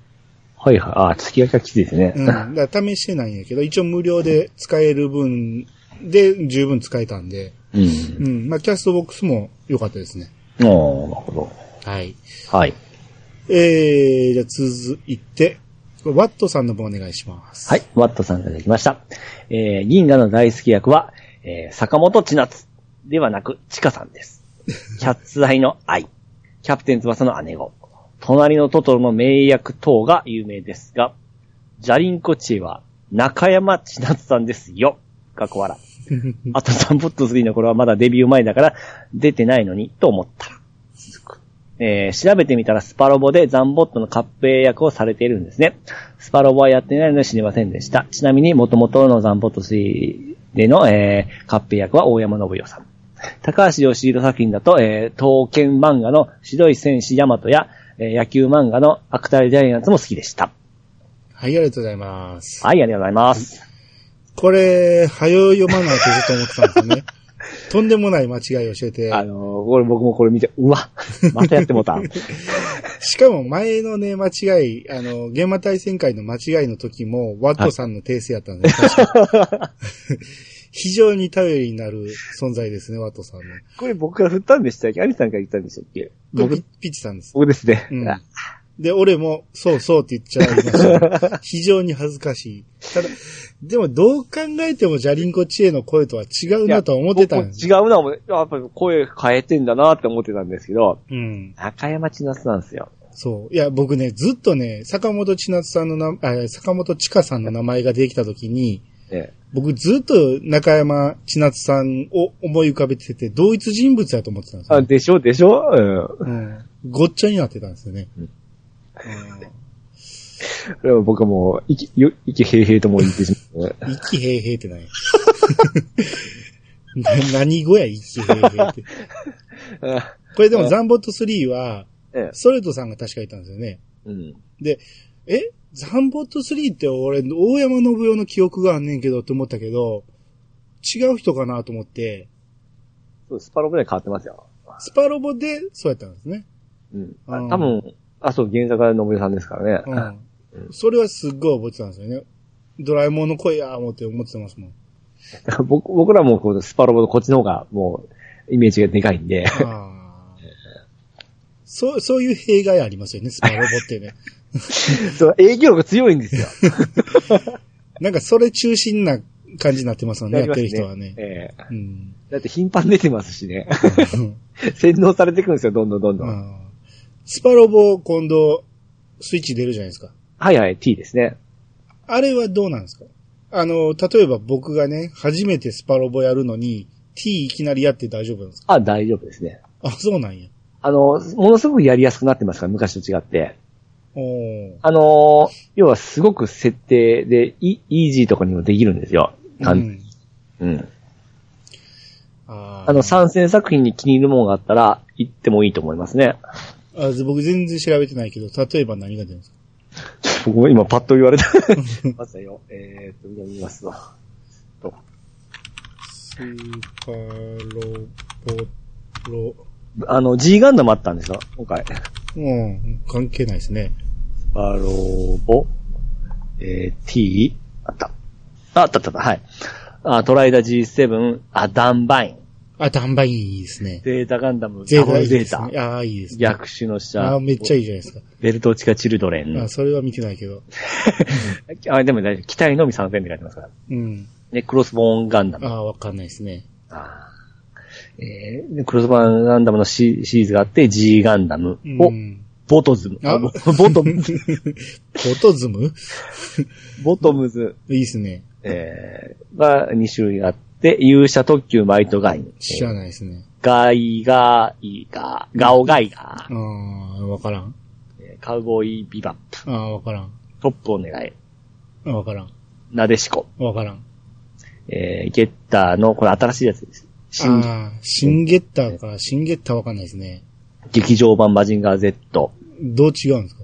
[SPEAKER 2] はいはい。ああ、月明かきついですね。
[SPEAKER 1] うん。だから試してないんやけど、一応無料で使える分で十分使えたんで、
[SPEAKER 2] うん。
[SPEAKER 1] うん。まあ、キャストボックスも良かったですね。
[SPEAKER 2] ああ、なるほ
[SPEAKER 1] はい。
[SPEAKER 2] ど。はい。
[SPEAKER 1] えー、じゃあ続いて、ワットさんの方お願いします。
[SPEAKER 2] はい。ワットさんができました。えー、銀河の大好き役は、えー、坂本千夏ではなく、チカさん です。キャッツアイの愛。キャプテン翼の姉子。隣のトトロの名役等が有名ですが、ジャリンコチェは中山千夏さんですよ。かっこ 笑。あとサンポット3の頃はまだデビュー前だから出てないのにと思ったら。えー調べてみたらスパロボでザンボットのカップ営役をされているんですね。スパロボはやってないので知りませんでした。ちなみに元々のザンボット3での、えーカップ営役は大山信代さん。高橋義弘作品だと、えー、刀剣漫画の白い戦士ヤマトや、えー野球漫画のアクタルジャイアンツも好きでした。
[SPEAKER 1] はい、ありがとうございます。
[SPEAKER 2] はい、ありがとうございます。
[SPEAKER 1] これ、早よ読まないとずっと思ってたんですよ ね。とんでもない間違いをしてて。
[SPEAKER 2] あのーこれ僕もこれ見て、うわ、またやってもうた。
[SPEAKER 1] しかも前のね、間違い、あの、現場対戦会の間違いの時も、ワットさんの訂正やったんです、確か非常に頼りになる存在ですね、ワットさんの。
[SPEAKER 2] これ僕が振ったんでしたっけアリさんが言ったんでしたっけ
[SPEAKER 1] 僕、
[SPEAKER 2] 僕
[SPEAKER 1] ピ、ピッチさんです。
[SPEAKER 2] 僕ですね。
[SPEAKER 1] うん
[SPEAKER 2] あ
[SPEAKER 1] で、俺も、そうそうって言っちゃいました。 非常に恥ずかしい。ただ、でもどう考えてもジャリンコ知恵の声とは違うなとは思ってたんです。
[SPEAKER 2] 僕も違うな、思うやっぱり声変えてんだなって思ってたんですけど、
[SPEAKER 1] うん。
[SPEAKER 2] 中山千夏なんですよ。
[SPEAKER 1] そう。いや、僕ね、ずっとね、坂本千夏さんのな、あ坂本千佳さんの名前ができた時に、
[SPEAKER 2] ええ
[SPEAKER 1] 僕ずっと中山千夏さんを思い浮かべてて、同一人物やと思ってたんですよ、
[SPEAKER 2] あでしょでしょう
[SPEAKER 1] うん。ごっちゃになってたんですよね。
[SPEAKER 2] うん。
[SPEAKER 1] うん
[SPEAKER 2] でも僕はもう、息、よ息平平とも言ってし まう。
[SPEAKER 1] ん。一気平平ってない。 な何語や、一気平平って。
[SPEAKER 2] あ
[SPEAKER 1] これでもザンボット3は、
[SPEAKER 2] ええ
[SPEAKER 1] ソレトさんが確かいたんですよね。
[SPEAKER 2] うん。
[SPEAKER 1] えザンボット3って俺、大山信代の記憶があんねんけどって思ったけど、違う人かなと思って、
[SPEAKER 2] そうスパロボで変わってますよ。
[SPEAKER 1] スパロボでそうやったんですね。
[SPEAKER 2] うん。
[SPEAKER 1] う
[SPEAKER 2] あ
[SPEAKER 1] ん
[SPEAKER 2] 多分、あ、そう、原作は信代さんですから
[SPEAKER 1] う
[SPEAKER 2] ね。
[SPEAKER 1] ん。それはすっごい覚えてたんですよね。ドラえもんの声やー思って思ってます もん。
[SPEAKER 2] 僕僕らもこう、スパロボのこっちの方が、もう、イメージがでかいんで。
[SPEAKER 1] あーそう、そういう弊害ありますよね、スパロボって ね。
[SPEAKER 2] そう、影響力強いんですよ。
[SPEAKER 1] なんかそれ中心な感じになってますもんね、
[SPEAKER 2] なり
[SPEAKER 1] やっ
[SPEAKER 2] ま
[SPEAKER 1] て
[SPEAKER 2] す
[SPEAKER 1] る
[SPEAKER 2] ね
[SPEAKER 1] 人はね。
[SPEAKER 2] ええ
[SPEAKER 1] うん。
[SPEAKER 2] だって頻繁に出てますしね。 洗脳されていくんですよ、どんどんどんどん。
[SPEAKER 1] うん スパロボ今度、スイッチ出るじゃないですか。
[SPEAKER 2] はいはい、T ですね。
[SPEAKER 1] あれはどうなんですかあの、例えば僕がね、初めてスパロボやるのに、T いきなりやって大丈夫なんですか
[SPEAKER 2] あ、大丈夫ですね。
[SPEAKER 1] あ、そうなんや。
[SPEAKER 2] あの、ものすごくやりやすくなってますから、昔と違って。
[SPEAKER 1] おー。
[SPEAKER 2] あの、要はすごく設定で、イイージーとかにもできるんですよ。かん
[SPEAKER 1] ん
[SPEAKER 2] うん。
[SPEAKER 1] あー
[SPEAKER 2] あの、参戦作品に気に入るものがあったら、行ってもいいと思いますね。
[SPEAKER 1] あ僕全然調べてないけど、例えば何が出るんですか
[SPEAKER 2] 僕も今パッと言われた。 まずよ。えーっと、見ますわ。と
[SPEAKER 1] スーパーロボロ、
[SPEAKER 2] あの、G ガンダムあったんですよ、今回。
[SPEAKER 1] うん、関係ないですね。
[SPEAKER 2] バローボ、えー、T、あった。ああったあったあった、はい。あ、トライダ G7、あ、ダンバイン、
[SPEAKER 1] あ、ダンバインいいですね。
[SPEAKER 2] ゼータガンダム、
[SPEAKER 1] ゼ
[SPEAKER 2] ダ
[SPEAKER 1] ー
[SPEAKER 2] ブ
[SPEAKER 1] タい
[SPEAKER 2] ル
[SPEAKER 1] い
[SPEAKER 2] ゼ
[SPEAKER 1] で
[SPEAKER 2] ー
[SPEAKER 1] す
[SPEAKER 2] タ、
[SPEAKER 1] ね。ああー、いいですね。
[SPEAKER 2] 逆襲の下
[SPEAKER 1] あー、めっちゃいいじゃないですか。
[SPEAKER 2] ベルトチカチルドレ
[SPEAKER 1] あ
[SPEAKER 2] ン。
[SPEAKER 1] それは見てないけど。
[SPEAKER 2] あ、でも大丈夫。機体のみ参戦って書いてますから。
[SPEAKER 1] うん。
[SPEAKER 2] ね、クロスボーンガンダ
[SPEAKER 1] あ
[SPEAKER 2] ム。
[SPEAKER 1] あ、わかんないですね。
[SPEAKER 2] あーえー、でクロスボーンガンダムのシシリーズがあって、G ガンダム
[SPEAKER 1] う
[SPEAKER 2] を、
[SPEAKER 1] ん。
[SPEAKER 2] ボトズム。
[SPEAKER 1] あ
[SPEAKER 2] あボ ボトムズ。
[SPEAKER 1] フォトズム
[SPEAKER 2] ボトムズ。
[SPEAKER 1] いいですね。
[SPEAKER 2] えー、が2種類あって、勇者特急マイトガイン。
[SPEAKER 1] 知らないですね。
[SPEAKER 2] ガイガイガ、ガオガイガ
[SPEAKER 1] あ、あ、わからん。
[SPEAKER 2] えーカウボーイビバップ、
[SPEAKER 1] ああ、わからん。
[SPEAKER 2] トップを狙い、
[SPEAKER 1] あわからん。
[SPEAKER 2] なでしこ、
[SPEAKER 1] わからん。
[SPEAKER 2] えーゲッターの、これ新しいやつです。新
[SPEAKER 1] ああ、シンゲッターか、シンゲッターわかんないですね。
[SPEAKER 2] 劇場版マジンガー Z。
[SPEAKER 1] どう違うんですか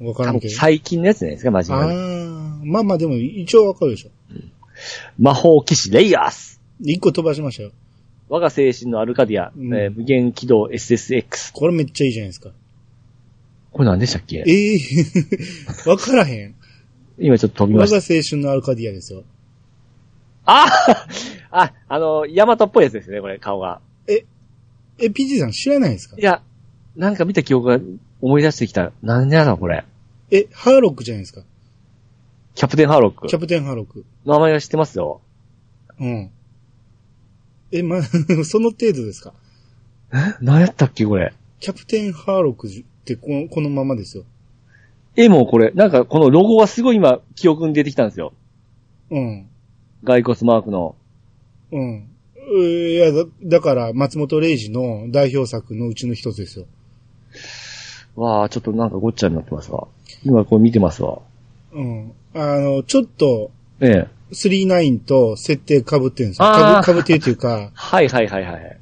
[SPEAKER 1] わか
[SPEAKER 2] 多
[SPEAKER 1] らん
[SPEAKER 2] 分
[SPEAKER 1] けど。
[SPEAKER 2] 最近のやつじゃないですか、マジン
[SPEAKER 1] あ
[SPEAKER 2] ガ
[SPEAKER 1] あ
[SPEAKER 2] ー Z。
[SPEAKER 1] ー、まあまあでも一応わかるでしょ。
[SPEAKER 2] 魔法騎士レイヤース
[SPEAKER 1] 一個飛ばしましたよ。
[SPEAKER 2] 我が青春のアルカディア、
[SPEAKER 1] うん
[SPEAKER 2] えー無限軌道 SSX。
[SPEAKER 1] これめっちゃいいじゃないですか。
[SPEAKER 2] これ何でしたっけ
[SPEAKER 1] ええ わからへん。
[SPEAKER 2] 今ちょっと飛び
[SPEAKER 1] 我
[SPEAKER 2] ま
[SPEAKER 1] が
[SPEAKER 2] した。
[SPEAKER 1] 青春のアルカディアですよ。
[SPEAKER 2] ああ、あの、ヤマトっぽいやつですね、これ、顔が。
[SPEAKER 1] え、PG さん知らないですか
[SPEAKER 2] いや、なんか見た記憶が思い出してきた。なんでやろ、これ。
[SPEAKER 1] え、ハーロックじゃないですか
[SPEAKER 2] キャプテンハーロック
[SPEAKER 1] キャ。プテンハーロック。
[SPEAKER 2] 名前は知ってますよ。
[SPEAKER 1] うん。え、ま、 その程度ですか
[SPEAKER 2] え何やったっけ、これ。
[SPEAKER 1] キャプテンハーロックってこのこのままですよ。
[SPEAKER 2] 絵もこれ、なんかこのロゴがすごい今、記憶に出てきたんですよ。
[SPEAKER 1] うん。
[SPEAKER 2] ガイコスマークの。
[SPEAKER 1] うん。えーいや、だだから、松本零士の代表作のうちの一つですよ。
[SPEAKER 2] わあちょっとなんかごっちゃになってますわ。今これ見てますわ。
[SPEAKER 1] うん。あの、ちょっと、
[SPEAKER 2] ええ。
[SPEAKER 1] 39と設定被ってるんですよ。
[SPEAKER 2] あー
[SPEAKER 1] 被被ってるっていうか、
[SPEAKER 2] はいはいはいはい。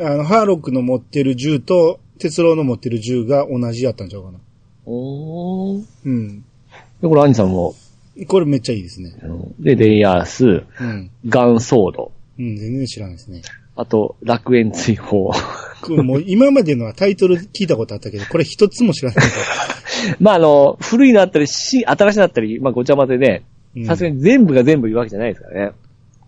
[SPEAKER 1] あの、ハーロックの持ってる銃と、鉄郎の持ってる銃が同じやったんちゃうかな。
[SPEAKER 2] おー。
[SPEAKER 1] うん。
[SPEAKER 2] で、これ、アニさんも、
[SPEAKER 1] これめっちゃいいですね。
[SPEAKER 2] あので、レイヤース、
[SPEAKER 1] うん。
[SPEAKER 2] ガンソード、
[SPEAKER 1] うん、全然知らないですね。
[SPEAKER 2] あと、楽園追放。
[SPEAKER 1] これもう今までのはタイトル聞いたことあったけど、これ一つも知 らないから。
[SPEAKER 2] まあ、あの、古いのあったり、新、新しいのあったり、まあ、ごちゃ混ぜで、
[SPEAKER 1] うん
[SPEAKER 2] さすがに全部が全部言うわけじゃないですからね。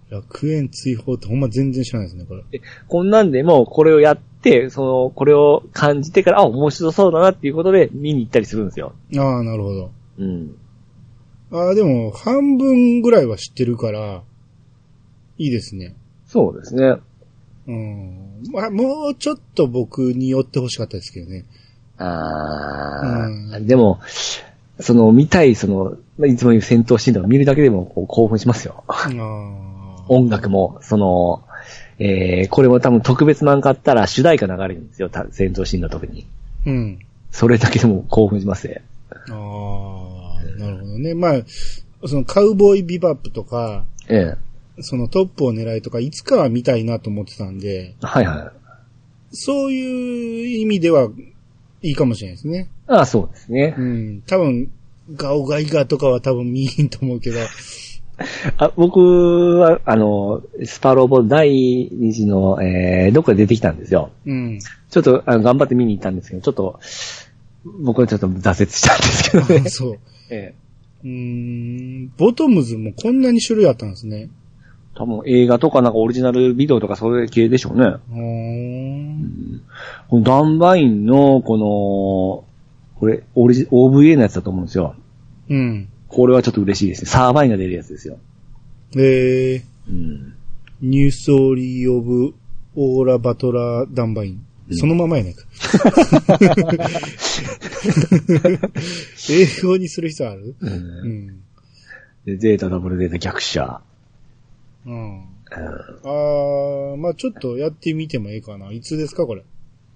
[SPEAKER 1] 楽園追放ってほんま全然知らないですね、これ。
[SPEAKER 2] こんなんでも、これをやって、その、これを感じてから、あ、面白そうだなっていうことで、見に行ったりするんですよ。
[SPEAKER 1] ああ、なるほど。
[SPEAKER 2] うん。
[SPEAKER 1] ああ、でも、半分ぐらいは知ってるから、いいですね。
[SPEAKER 2] そうですね。
[SPEAKER 1] うん。まあ、もうちょっと僕に寄ってほしかったですけどね。
[SPEAKER 2] あー
[SPEAKER 1] う
[SPEAKER 2] でも、その、見たい、その、まあいつも言う戦闘シーンとか見るだけでも、こう、興奮しますよ。
[SPEAKER 1] ああ。
[SPEAKER 2] 音楽も、その、えー、これも多分特別なんかあったら主題歌流れるんですよ、た戦闘シーンの時に。
[SPEAKER 1] うん。
[SPEAKER 2] それだけでも興奮しますね。
[SPEAKER 1] ああ、なるほどね。まあ、そのカウボーイビバップとか、
[SPEAKER 2] ええ。
[SPEAKER 1] そのトップを狙いとか、いつかは見たいなと思ってたんで、
[SPEAKER 2] はいはい。
[SPEAKER 1] そういう意味ではいいかもしれないですね。
[SPEAKER 2] ああ、そうですね
[SPEAKER 1] う。ん。多分、ガオガイガとかは多分見えんと思う けど、
[SPEAKER 2] あ僕は、あの、スパローボ第2次の、えー、どっかで出てきたんですよ。
[SPEAKER 1] うん。。
[SPEAKER 2] ちょっとあの頑張って見に行ったんですけど、ちょっと、僕はちょっと挫折したんですけどね
[SPEAKER 1] そう。
[SPEAKER 2] ええ。
[SPEAKER 1] うーん。ボトムズもこんなに種類あったんですね。
[SPEAKER 2] 多分映画とかなんかオリジナルビデオとかそれ系でしょうね。
[SPEAKER 1] うーん。
[SPEAKER 2] このダンバインの、この、これ、オリジ、OVA のやつだと思うんですよ。
[SPEAKER 1] うん。
[SPEAKER 2] これはちょっと嬉しいですね。サーバインが出るやつですよ。
[SPEAKER 1] えー、
[SPEAKER 2] うん。
[SPEAKER 1] ニューストーリーオブオーラバトラダンバイン。そのままやない か。英語にする必要あるうん。
[SPEAKER 2] で、ゼータ、ダブルゼータ、逆者。
[SPEAKER 1] うん。あー、まあちょっとやってみてもいいかな。いつですか、これ。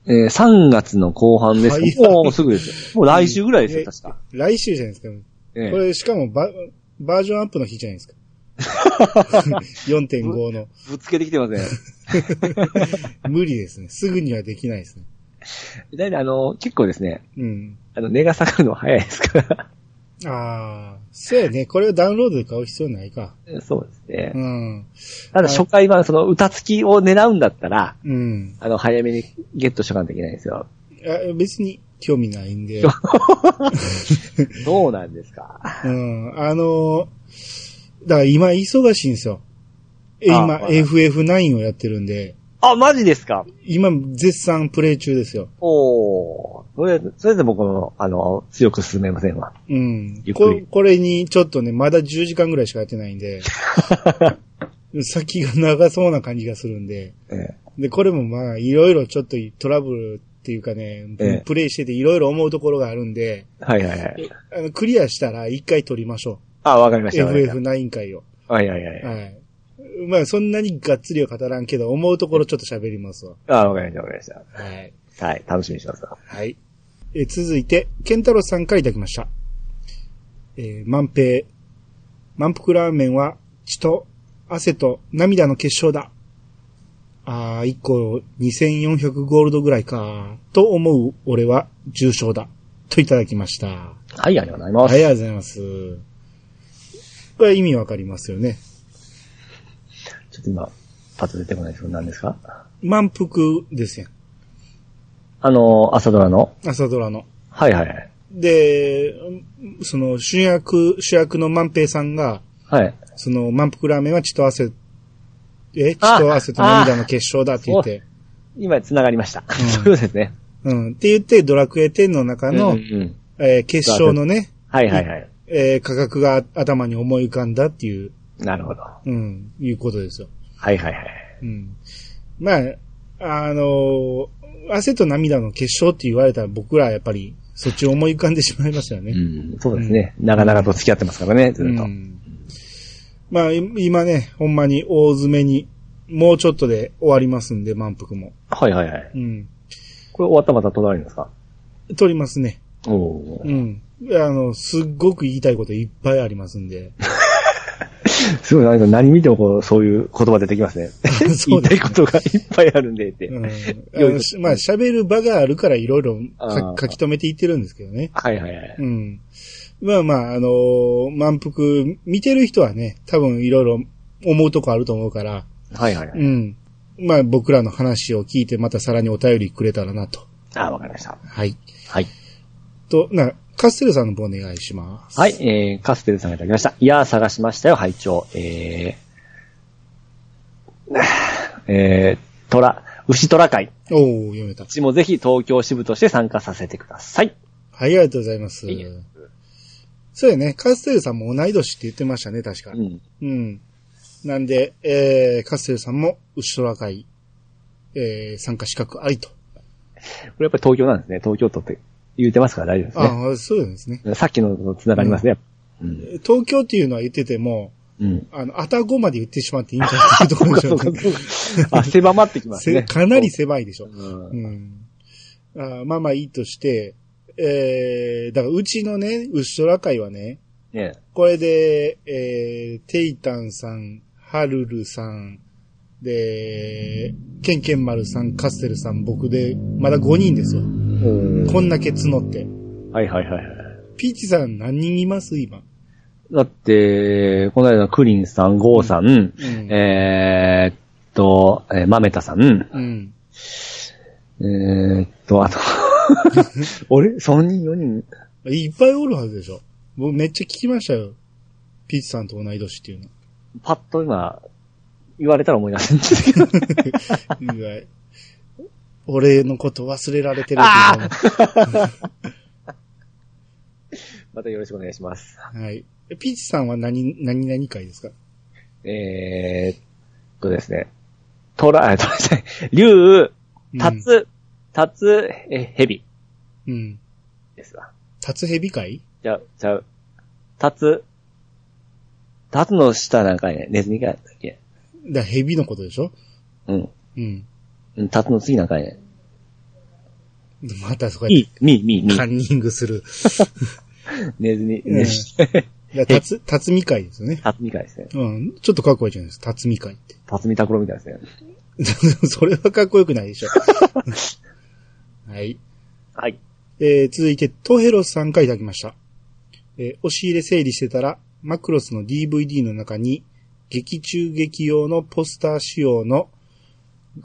[SPEAKER 2] えー、3月の後半です
[SPEAKER 1] はい
[SPEAKER 2] けど。もうすぐですよ。もう来週ぐらいです
[SPEAKER 1] え
[SPEAKER 2] よ、確か。
[SPEAKER 1] 来週じゃないですか。
[SPEAKER 2] え
[SPEAKER 1] こ
[SPEAKER 2] え
[SPEAKER 1] れ、しかもバ、バージョンアップの日じゃないですか。4.5の。
[SPEAKER 2] ぶつけてきてま せん。
[SPEAKER 1] 無理ですね。すぐにはできないですね。
[SPEAKER 2] だいたいあの、結構ですね、
[SPEAKER 1] うん。
[SPEAKER 2] あの、値が下がるの早いですから。
[SPEAKER 1] あー、そうやね。これをダウンロードで買う必要ないか。
[SPEAKER 2] そうですね
[SPEAKER 1] う。ん。
[SPEAKER 2] ただ初回版、その歌付きを狙うんだったら、
[SPEAKER 1] うん。
[SPEAKER 2] あの、早めにゲットしとかないといけないんですよ。
[SPEAKER 1] あ別に興味ないんで。
[SPEAKER 2] そうなんですか。
[SPEAKER 1] うん。あのーだから今忙しいんですよ。え
[SPEAKER 2] あ
[SPEAKER 1] 今
[SPEAKER 2] まあ
[SPEAKER 1] FF9 をやってるんで、
[SPEAKER 2] あ、マジですか
[SPEAKER 1] 今絶賛プレイ中ですよ。
[SPEAKER 2] おー。それ、それで僕も、あの、強く進めませんわ。
[SPEAKER 1] うん
[SPEAKER 2] ゆっ。く
[SPEAKER 1] こ
[SPEAKER 2] り
[SPEAKER 1] これにちょっとね、まだ10時間ぐらいしかやってないん で、先が長そうな感じがするんで、
[SPEAKER 2] ええ
[SPEAKER 1] で、これもまあいろいろちょっとトラブルっていうかね、
[SPEAKER 2] ええ
[SPEAKER 1] プレイしてていろいろ思うところがあるんで、
[SPEAKER 2] はいはいはい。
[SPEAKER 1] あのクリアしたら一回撮りましょ
[SPEAKER 2] あ、わかり
[SPEAKER 1] う。
[SPEAKER 2] ました。わかりまし
[SPEAKER 1] FF9 回を。
[SPEAKER 2] たはいはいはい。
[SPEAKER 1] はい。まあ、そんなにがっつりは語らんけど、思うところちょっと喋りますわ。
[SPEAKER 2] あ、わかりました、わかりまし
[SPEAKER 1] はい。
[SPEAKER 2] た。はい、楽しみにしてますわ。
[SPEAKER 1] はい。えー続いて、ケンタロウさんからいただきました。えー、満平。満腹ラーメンは血と汗と涙の結晶だ。あー、1個2400ゴールドぐらいか、と思う俺は重症だ。といただきました。
[SPEAKER 2] はい、ありがとうございま
[SPEAKER 1] あ
[SPEAKER 2] す。
[SPEAKER 1] りがとうございます。これ意味わかりますよね。
[SPEAKER 2] ちょっと今、パッと出てこないですけど、何ですか
[SPEAKER 1] 満腹ですよ。
[SPEAKER 2] あの、朝ドラの
[SPEAKER 1] 朝ドラの。
[SPEAKER 2] はいはいはい。
[SPEAKER 1] で、うんその主役、主役の万平さんが、
[SPEAKER 2] はい。
[SPEAKER 1] その満腹ラーメンは血と汗え、血と汗と涙の結晶だって言って。
[SPEAKER 2] 今、繋がりました。
[SPEAKER 1] ん
[SPEAKER 2] そうですね。
[SPEAKER 1] うん。って言って、ドラクエ10の中の、
[SPEAKER 2] うんうんうん
[SPEAKER 1] えー結晶のね、
[SPEAKER 2] はいはいはい。
[SPEAKER 1] えー価格が頭に思い浮かんだっていう、
[SPEAKER 2] なるほど。は
[SPEAKER 1] うん、いうことですよ。
[SPEAKER 2] いはいはい。
[SPEAKER 1] うん。まあ、あのー汗と涙の結晶って言われたら僕らはやっぱり、そっちを思い浮かんでしまいますよね。
[SPEAKER 2] うん、そうですね。長々と付き合ってますからね、ずっと。
[SPEAKER 1] うんまあ、い今ね、ほんまに大詰めに、もうちょっとで終わりますんで、満腹も。
[SPEAKER 2] はいはいはい。
[SPEAKER 1] うん。
[SPEAKER 2] これ終わったらまた隣ですか
[SPEAKER 1] 取りますね。
[SPEAKER 2] おお
[SPEAKER 1] う。ん。あの、すっごく言いたいこといっぱいありますんで。
[SPEAKER 2] すごい、なんか何見てもこう、そういう言葉出てきますね。
[SPEAKER 1] そう
[SPEAKER 2] 言い
[SPEAKER 1] です
[SPEAKER 2] たいことがいっぱいあるんでって。
[SPEAKER 1] うん。あ
[SPEAKER 2] よい
[SPEAKER 1] のしまあ、喋る場があるからいろいろ
[SPEAKER 2] あー
[SPEAKER 1] 書き留めていってるんですけどね。
[SPEAKER 2] はいはいはい。
[SPEAKER 1] うん。まあまあ、あのー満腹、見てる人はね、多分いろいろ思うとこあると思うから、
[SPEAKER 2] はいはいは
[SPEAKER 1] う
[SPEAKER 2] い。
[SPEAKER 1] ん。まあ、僕らの話を聞いて、またさらにお便りくれたらなと。
[SPEAKER 2] あ、わかりました。
[SPEAKER 1] はい。
[SPEAKER 2] はい。
[SPEAKER 1] と、な、カステルさんの方お願いします。
[SPEAKER 2] はい、えー、カステルさんがいただきました。いやー、探しましたよ、拝聴。えー、 えー、虎、牛虎会。
[SPEAKER 1] おー、読めた。
[SPEAKER 2] うちもぜひ東京支部として参加させてください。
[SPEAKER 1] はい、ありがとうございます
[SPEAKER 2] いいよ。
[SPEAKER 1] そうやね、カステルさんも同い年って言ってましたね、確か。
[SPEAKER 2] うん。
[SPEAKER 1] うん。なんで、えー、カステルさんも、牛トラ会、えー、参加資格ありと。
[SPEAKER 2] これやっぱり東京なんですね。東京都って言ってますから大丈夫です
[SPEAKER 1] ああ、そうですね。
[SPEAKER 2] ね。さっきのと繋がりますね。うん。
[SPEAKER 1] 東京っていうのは言ってても、
[SPEAKER 2] うん。
[SPEAKER 1] あの、アタゴまで言ってしまっていいんじゃないっていうところでしょ
[SPEAKER 2] そう うかそう
[SPEAKER 1] ね
[SPEAKER 2] か。あ、狭まってきます
[SPEAKER 1] せ
[SPEAKER 2] ね。
[SPEAKER 1] かなり狭いでしょ。
[SPEAKER 2] う。
[SPEAKER 1] うんん。あーまあまあいいとして、えー、だからうちのね、牛トラ会はね、
[SPEAKER 2] ね
[SPEAKER 1] これで、えー、テイタンさん、ハルルさん、で、ケンケンマルさん、カステルさん、僕で、まだ5人ですよ。
[SPEAKER 2] うん。
[SPEAKER 1] こんだけ募って。
[SPEAKER 2] はいはいはいはい。
[SPEAKER 1] ピーチさん何人います今。
[SPEAKER 2] だって、この間、クリンさん、ゴーさん、
[SPEAKER 1] うん。
[SPEAKER 2] えー、っと、えーマメタさん、
[SPEAKER 1] うん。
[SPEAKER 2] えー、っと、 あと、俺 ?3 人、4人
[SPEAKER 1] いっぱいおるはずでしょ。僕めっちゃ聞きましたよ。ピーチさんと同い年っていうの。
[SPEAKER 2] パッと今、言われたら思い出すんですけど。
[SPEAKER 1] 意外俺のこと忘れられてるっていう
[SPEAKER 2] あ
[SPEAKER 1] か
[SPEAKER 2] またよろしくお願いします。
[SPEAKER 1] はい。ピーチさんは何、何々会ですか
[SPEAKER 2] えー、っとですね。トラ、え、トラじゃない、竜、タツ、タツ、え、ヘビ
[SPEAKER 1] うん。うん。
[SPEAKER 2] ですわ。
[SPEAKER 1] タツヘビ会
[SPEAKER 2] ちゃう、ちゃう。タツ、タツの下なんかね、ネズミがやったっけ
[SPEAKER 1] だ、ヘビのことでしょ
[SPEAKER 2] うん。
[SPEAKER 1] うん。
[SPEAKER 2] うんタツの次なんかね、
[SPEAKER 1] またそこやっ
[SPEAKER 2] ミ、ミ、ミ、ミ
[SPEAKER 1] てカ、ンニングする。
[SPEAKER 2] ネズミ、
[SPEAKER 1] うん
[SPEAKER 2] ネズミ。
[SPEAKER 1] だからたつ、たつみ会ですよね。
[SPEAKER 2] タツミかですね。
[SPEAKER 1] うん。ちょっとかっこいいじゃないですか。たつみ会って。
[SPEAKER 2] タツミタクロみたいですね。
[SPEAKER 1] それはかっこよくないでしょ。はい。
[SPEAKER 2] はい。
[SPEAKER 1] えー、続いて、トヘロスさんからいただきました。えー、押し入れ整理してたら、マクロスの DVD の中に、劇中劇用のポスター仕様の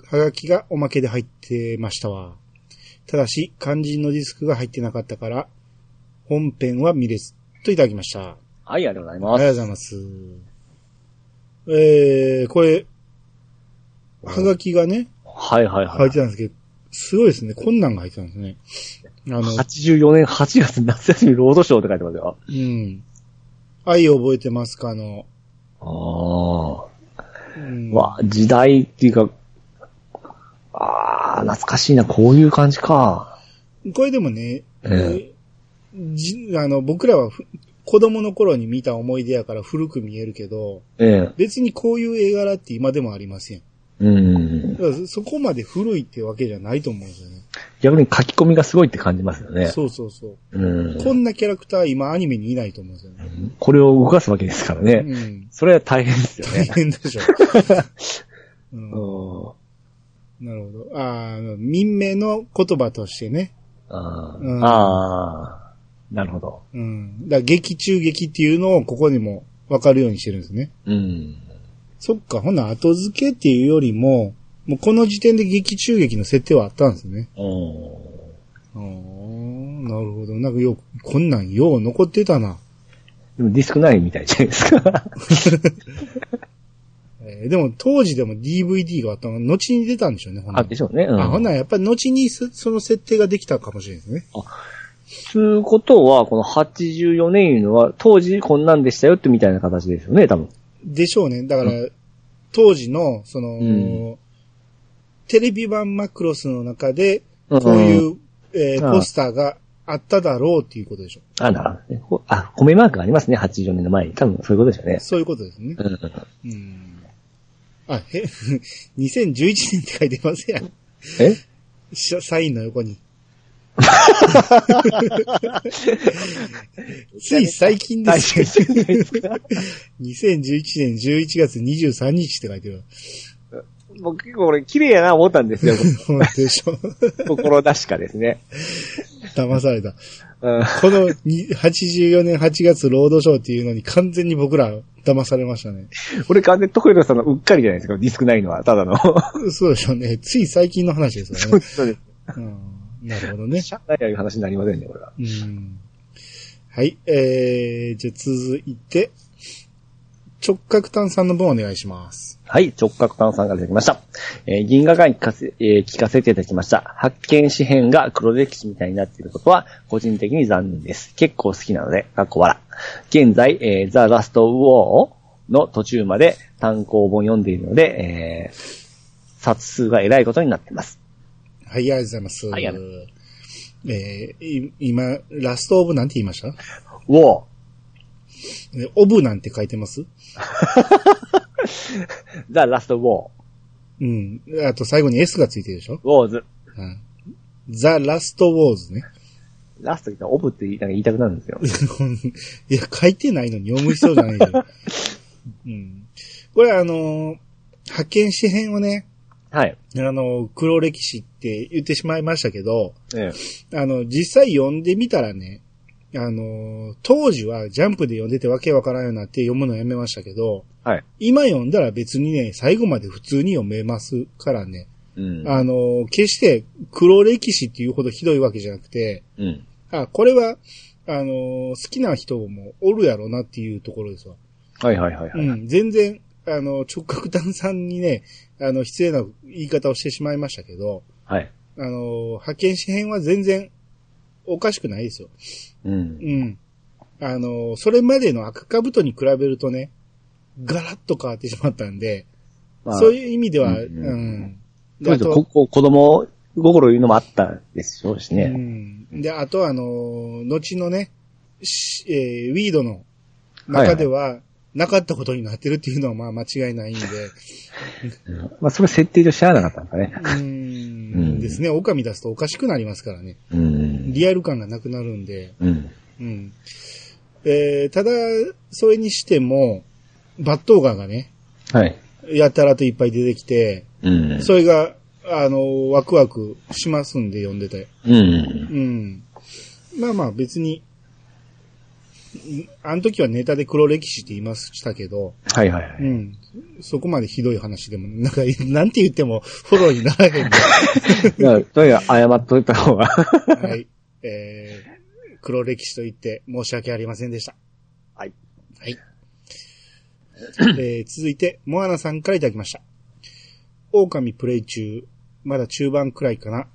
[SPEAKER 1] ハガキがおまけで入ってましたわ。ただし、肝心のディスクが入ってなかったから、本編は見れず、といただきました。
[SPEAKER 2] はい、ありがとうござい
[SPEAKER 1] あ
[SPEAKER 2] ま
[SPEAKER 1] りがとうご
[SPEAKER 2] す。
[SPEAKER 1] ざいます。えー、これ、はがきがね、
[SPEAKER 2] はいはいは
[SPEAKER 1] 入っ
[SPEAKER 2] い
[SPEAKER 1] て。たんですけど、すごいですね。こんなんが入ってたんですね。あの、
[SPEAKER 2] 84年8月夏休みロードショーって書いてますよ。
[SPEAKER 1] うん。愛を覚えてますかあの、
[SPEAKER 2] あ
[SPEAKER 1] うん
[SPEAKER 2] あ。わ、時代っていうか、ああ、懐かしいな、こういう感じか。
[SPEAKER 1] これでもね、
[SPEAKER 2] え
[SPEAKER 1] じあの、僕らはふ子供の頃に見た思い出やから古く見えるけど、
[SPEAKER 2] え
[SPEAKER 1] 別にこういう絵柄って今でもありません。
[SPEAKER 2] え。うん
[SPEAKER 1] だ。からそそこまで古いってわけじゃないと思うんですよね。
[SPEAKER 2] 逆に書き込みがすごいって感じますよね。
[SPEAKER 1] そうそうそう。
[SPEAKER 2] うん。
[SPEAKER 1] こんなキャラクター今アニメにいないと思うんですよね。
[SPEAKER 2] これを動かすわけですからね。
[SPEAKER 1] うん。
[SPEAKER 2] それは大変ですよ
[SPEAKER 1] 大
[SPEAKER 2] ね。
[SPEAKER 1] 変でしょ。う、
[SPEAKER 2] うんん
[SPEAKER 1] なるほど。ああ、民名の言葉としてね。
[SPEAKER 2] あ
[SPEAKER 1] う
[SPEAKER 2] ー
[SPEAKER 1] ん
[SPEAKER 2] あー、なるほど。
[SPEAKER 1] うん。だから劇中劇っていうのをここにもわかるようにしてるんですね。
[SPEAKER 2] うん。
[SPEAKER 1] そっか、ほな後付けっていうよりも、もうこの時点で劇中劇の設定はあったんですね。
[SPEAKER 2] お
[SPEAKER 1] ああ、なるほど。なんかよく、こんなんよう残ってたな。
[SPEAKER 2] でもディスクないみたいじゃないですか。
[SPEAKER 1] えね。でも当時でも DVD があったのが後に出たんでしょうね、ほんな
[SPEAKER 2] あ、
[SPEAKER 1] ら
[SPEAKER 2] でしょうね。うん。
[SPEAKER 1] あ、ほんならやっぱり後にそその設定ができたかもしれないですね。
[SPEAKER 2] つうことは、この84年いうのは、当時こんなんでしたよってみたいな形ですよね、多分。
[SPEAKER 1] でしょうね。だから、当時の、その、
[SPEAKER 2] うん
[SPEAKER 1] テレビ版マクロスの中で、
[SPEAKER 2] うん
[SPEAKER 1] こういう、えー
[SPEAKER 2] ああ
[SPEAKER 1] ポスターがあっただろうっていうことでしょ
[SPEAKER 2] あ、なるほどねこあ、米マークがありますね、84年の前に。多分そういうことでしょうね
[SPEAKER 1] う。。そういうことですね。
[SPEAKER 2] うん。
[SPEAKER 1] うん。あ、へ、2011年って書いてますやん。
[SPEAKER 2] え
[SPEAKER 1] しサインの横に。つい最近ですよ。2011年11月23日って書いてる。
[SPEAKER 2] 僕結構これ綺麗やな思ったんですよ。
[SPEAKER 1] ほんでしょ。
[SPEAKER 2] 心確かですね。
[SPEAKER 1] 騙された。
[SPEAKER 2] うん。
[SPEAKER 1] このに84年8月ロードショーっていうのに完全に僕ら騙されましたね。
[SPEAKER 2] 俺完全に徳弘さんのうっかりじゃないですか、ディスクないのは、ただの。
[SPEAKER 1] そうでしょうね。つい最近の話です よね。
[SPEAKER 2] そうです。
[SPEAKER 1] うん、なるほどね。
[SPEAKER 2] しゃあないやいう話になりませんね、これは。
[SPEAKER 1] うんはい、えー、じゃあ続いて、直角炭酸の分お願いします。
[SPEAKER 2] はい、直角炭酸が出てきました。えー銀河が聞かせ、えー聞かせていただきました。発見紙編が黒歴史みたいになっていることは、個人的に残念です。結構好きなので、かっこ笑。現在、えー、ザ・ラスト・ウォーの途中まで単行本読んでいるので、えー、冊数が偉いことになってます。
[SPEAKER 1] はい、ありがとうございます。
[SPEAKER 2] はいありがと
[SPEAKER 1] えーい今、ラストオブなんて言いました
[SPEAKER 2] ウォー。
[SPEAKER 1] えオブなんて書いてます
[SPEAKER 2] ザ・ラスト・ウォ
[SPEAKER 1] うん。あと最後に S がついてるでしょ、
[SPEAKER 2] ー。ウォーズ。
[SPEAKER 1] うん、ザ・ラスト・ウォーズね。
[SPEAKER 2] ラスト言ったらオブって言いなんか言いたくなるん ですよ。
[SPEAKER 1] いや、書いてないのに読む必要じゃないけ ど。うん、これあのー、派遣紙編をね、
[SPEAKER 2] はい。
[SPEAKER 1] あのー、黒歴史って言ってしまいましたけど、
[SPEAKER 2] え
[SPEAKER 1] あの、実際読んでみたらね、あのー、当時はジャンプで読んでてわけわからんようになって読むのやめましたけど、
[SPEAKER 2] はい。
[SPEAKER 1] 今読んだら別にね、最後まで普通に読めますからね、
[SPEAKER 2] うん。
[SPEAKER 1] あのー、決して黒歴史っていうほどひどいわけじゃなくて、
[SPEAKER 2] うん。
[SPEAKER 1] あ、これは、あのー、好きな人もおるやろなっていうところですわ。
[SPEAKER 2] はいはいはいは
[SPEAKER 1] う
[SPEAKER 2] い。
[SPEAKER 1] ん、全然、あの、直角炭酸にね、あの、失礼な言い方をしてしまいましたけど、
[SPEAKER 2] はい。
[SPEAKER 1] あの、派遣紙編は全然おかしくないですよ。
[SPEAKER 2] うん。
[SPEAKER 1] うん。あの、それまでの赤兜に比べるとね、ガラッと変わってしまったんで、
[SPEAKER 2] まあ、
[SPEAKER 1] そう
[SPEAKER 2] う。
[SPEAKER 1] いう意味では、
[SPEAKER 2] う
[SPEAKER 1] うんん。
[SPEAKER 2] うん
[SPEAKER 1] で、あと、
[SPEAKER 2] 子供心いうのもあったでしょうし
[SPEAKER 1] う
[SPEAKER 2] ね。
[SPEAKER 1] ん。で、あと、あの、後のね、しえーウィードの中では、なかったことになってるっていうのはまあ間違いないんで、
[SPEAKER 2] まあ、それ設定上知らなかったんかね。
[SPEAKER 1] うーんですね。狼出すとおかしくなりますからね。
[SPEAKER 2] うん。
[SPEAKER 1] リアル感がなくなるんで。
[SPEAKER 2] うん。
[SPEAKER 1] うん。えー、ただ、それにしても、バットーガーがね、
[SPEAKER 2] はい。
[SPEAKER 1] やたらといっぱい出てきて、
[SPEAKER 2] うん。
[SPEAKER 1] それが、あの、ワクワクしますんで、読んでて。
[SPEAKER 2] うん。
[SPEAKER 1] うん。まあまあ、別に、んあの時はネタで黒歴史って言いましたけど、
[SPEAKER 2] はいはいは
[SPEAKER 1] う
[SPEAKER 2] い。
[SPEAKER 1] ん。そこまでひどい話でも、なんか、なんて言ってもフォローにならへんで。
[SPEAKER 2] だからとにかく謝っといた方が。
[SPEAKER 1] はい。えー、黒歴史と言って申し訳ありませんでした。
[SPEAKER 2] はい。
[SPEAKER 1] はい。えー、続いて、モアナさんからいただきました。狼プレイ中、まだ中盤くらいかな。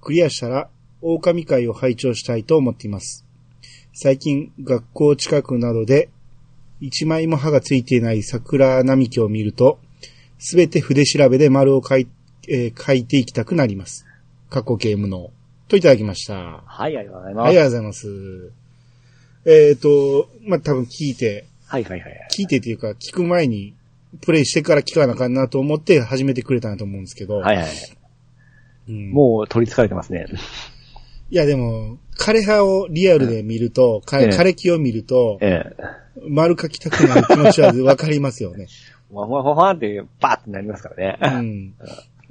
[SPEAKER 1] クリアしたら、狼会を拝聴したいと思っています。最近、学校近くなどで、一枚も歯がついていない桜並木を見ると、すべて筆調べで丸を書い,、えー書いていきたくなります。過去ゲームの。といただきました。
[SPEAKER 2] はい、ありがとうござい
[SPEAKER 1] あ
[SPEAKER 2] ま
[SPEAKER 1] り
[SPEAKER 2] す。
[SPEAKER 1] がとうございます。えっ、と、まあ、多分聞いて、
[SPEAKER 2] はいはいはい。
[SPEAKER 1] 聞いてっていうか、聞く前に、プレイしてから聞かなあかんなと思って始めてくれたんだと思うんですけど。
[SPEAKER 2] はいはい。
[SPEAKER 1] うん
[SPEAKER 2] もう取り憑かれてますね。
[SPEAKER 1] いやでも、枯葉をリアルで見ると、か
[SPEAKER 2] ええ
[SPEAKER 1] 枯れ木を見ると、
[SPEAKER 2] ええ。
[SPEAKER 1] 丸書きたくなる気持ちはわかります よね。
[SPEAKER 2] わふわふわふわって、バーってなりますから
[SPEAKER 1] う
[SPEAKER 2] ね。
[SPEAKER 1] ん。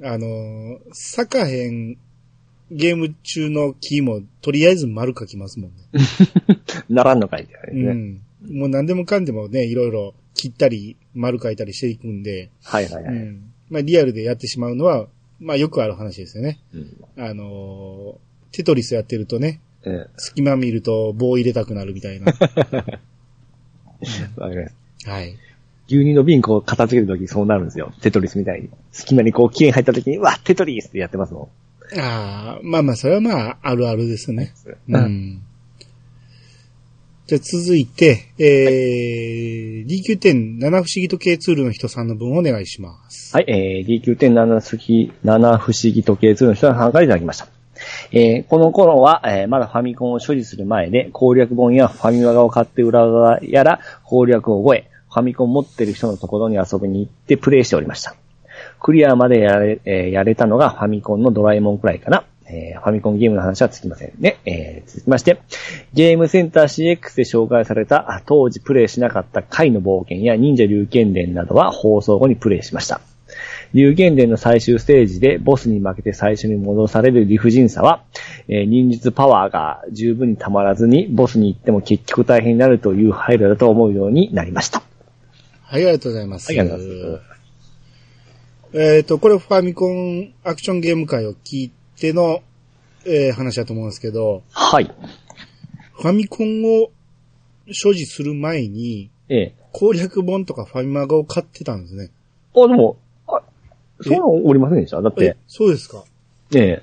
[SPEAKER 1] あのー、咲かへんゲーム中の木も、とりあえず丸書きますもんね。
[SPEAKER 2] ならんのかいって
[SPEAKER 1] う
[SPEAKER 2] ね。
[SPEAKER 1] ん。もう何でもかんでもね、いろいろ切ったり、丸書いたりしていくんで、
[SPEAKER 2] はいはいは
[SPEAKER 1] う
[SPEAKER 2] い。
[SPEAKER 1] ん。まあリアルでやってしまうのは、まあよくある話ですよね。
[SPEAKER 2] うん
[SPEAKER 1] あのー、テトリスやってるとね、
[SPEAKER 2] ええ。
[SPEAKER 1] 隙間見る と棒入れたくなるみたいな。
[SPEAKER 2] わかります。
[SPEAKER 1] はい。
[SPEAKER 2] 牛乳の瓶こう片付けるときそうなるんですよ。テトリスみたいに。隙間にこう期限入ったときに、うわ、テトリスってやってますも
[SPEAKER 1] ああ、まあまあ、それはまあ、あるあるですね。
[SPEAKER 2] ん。
[SPEAKER 1] う。ん。じゃあ続いて、えー、DQ10 七不思議時計ツールの人さんの分お願いします。
[SPEAKER 2] はい、えー、D9.7 好き、7不思議時計2の人さんからいただきました。えーこの頃は、えーまだファミコンを所持する前で、攻略本やファミマガを買って裏側やら攻略を覚え、ファミコン持ってる人のところに遊びに行ってプレイしておりました。クリアまでやれ,、えーやれたのがファミコンのドラえもんくらいかな。えーファミコンゲームの話はつきませんね。えー続きまして、ゲームセンター CX で紹介されたあ当時プレイしなかった回の冒険や忍者竜剣伝などは放送後にプレイしました。竜剣伝の最終ステージでボスに負けて最初に戻される理不尽さは、えー忍術パワーが十分にたまらずにボスに行っても結局大変になるという配慮だと思うようになりました。
[SPEAKER 1] はい、ありがとうございます。
[SPEAKER 2] ありがとうございます。
[SPEAKER 1] えっ、と、これファミコンアクションゲーム会を聞いての、えー話だと思うんですけど、
[SPEAKER 2] はい。
[SPEAKER 1] ファミコンを所持する前に、
[SPEAKER 2] ええ
[SPEAKER 1] 攻略本とかファミマガを買ってたんですね。
[SPEAKER 2] あ、でも、あ、そうなのおりませんでしただっ
[SPEAKER 1] え
[SPEAKER 2] て、、
[SPEAKER 1] そうですか。
[SPEAKER 2] ええ、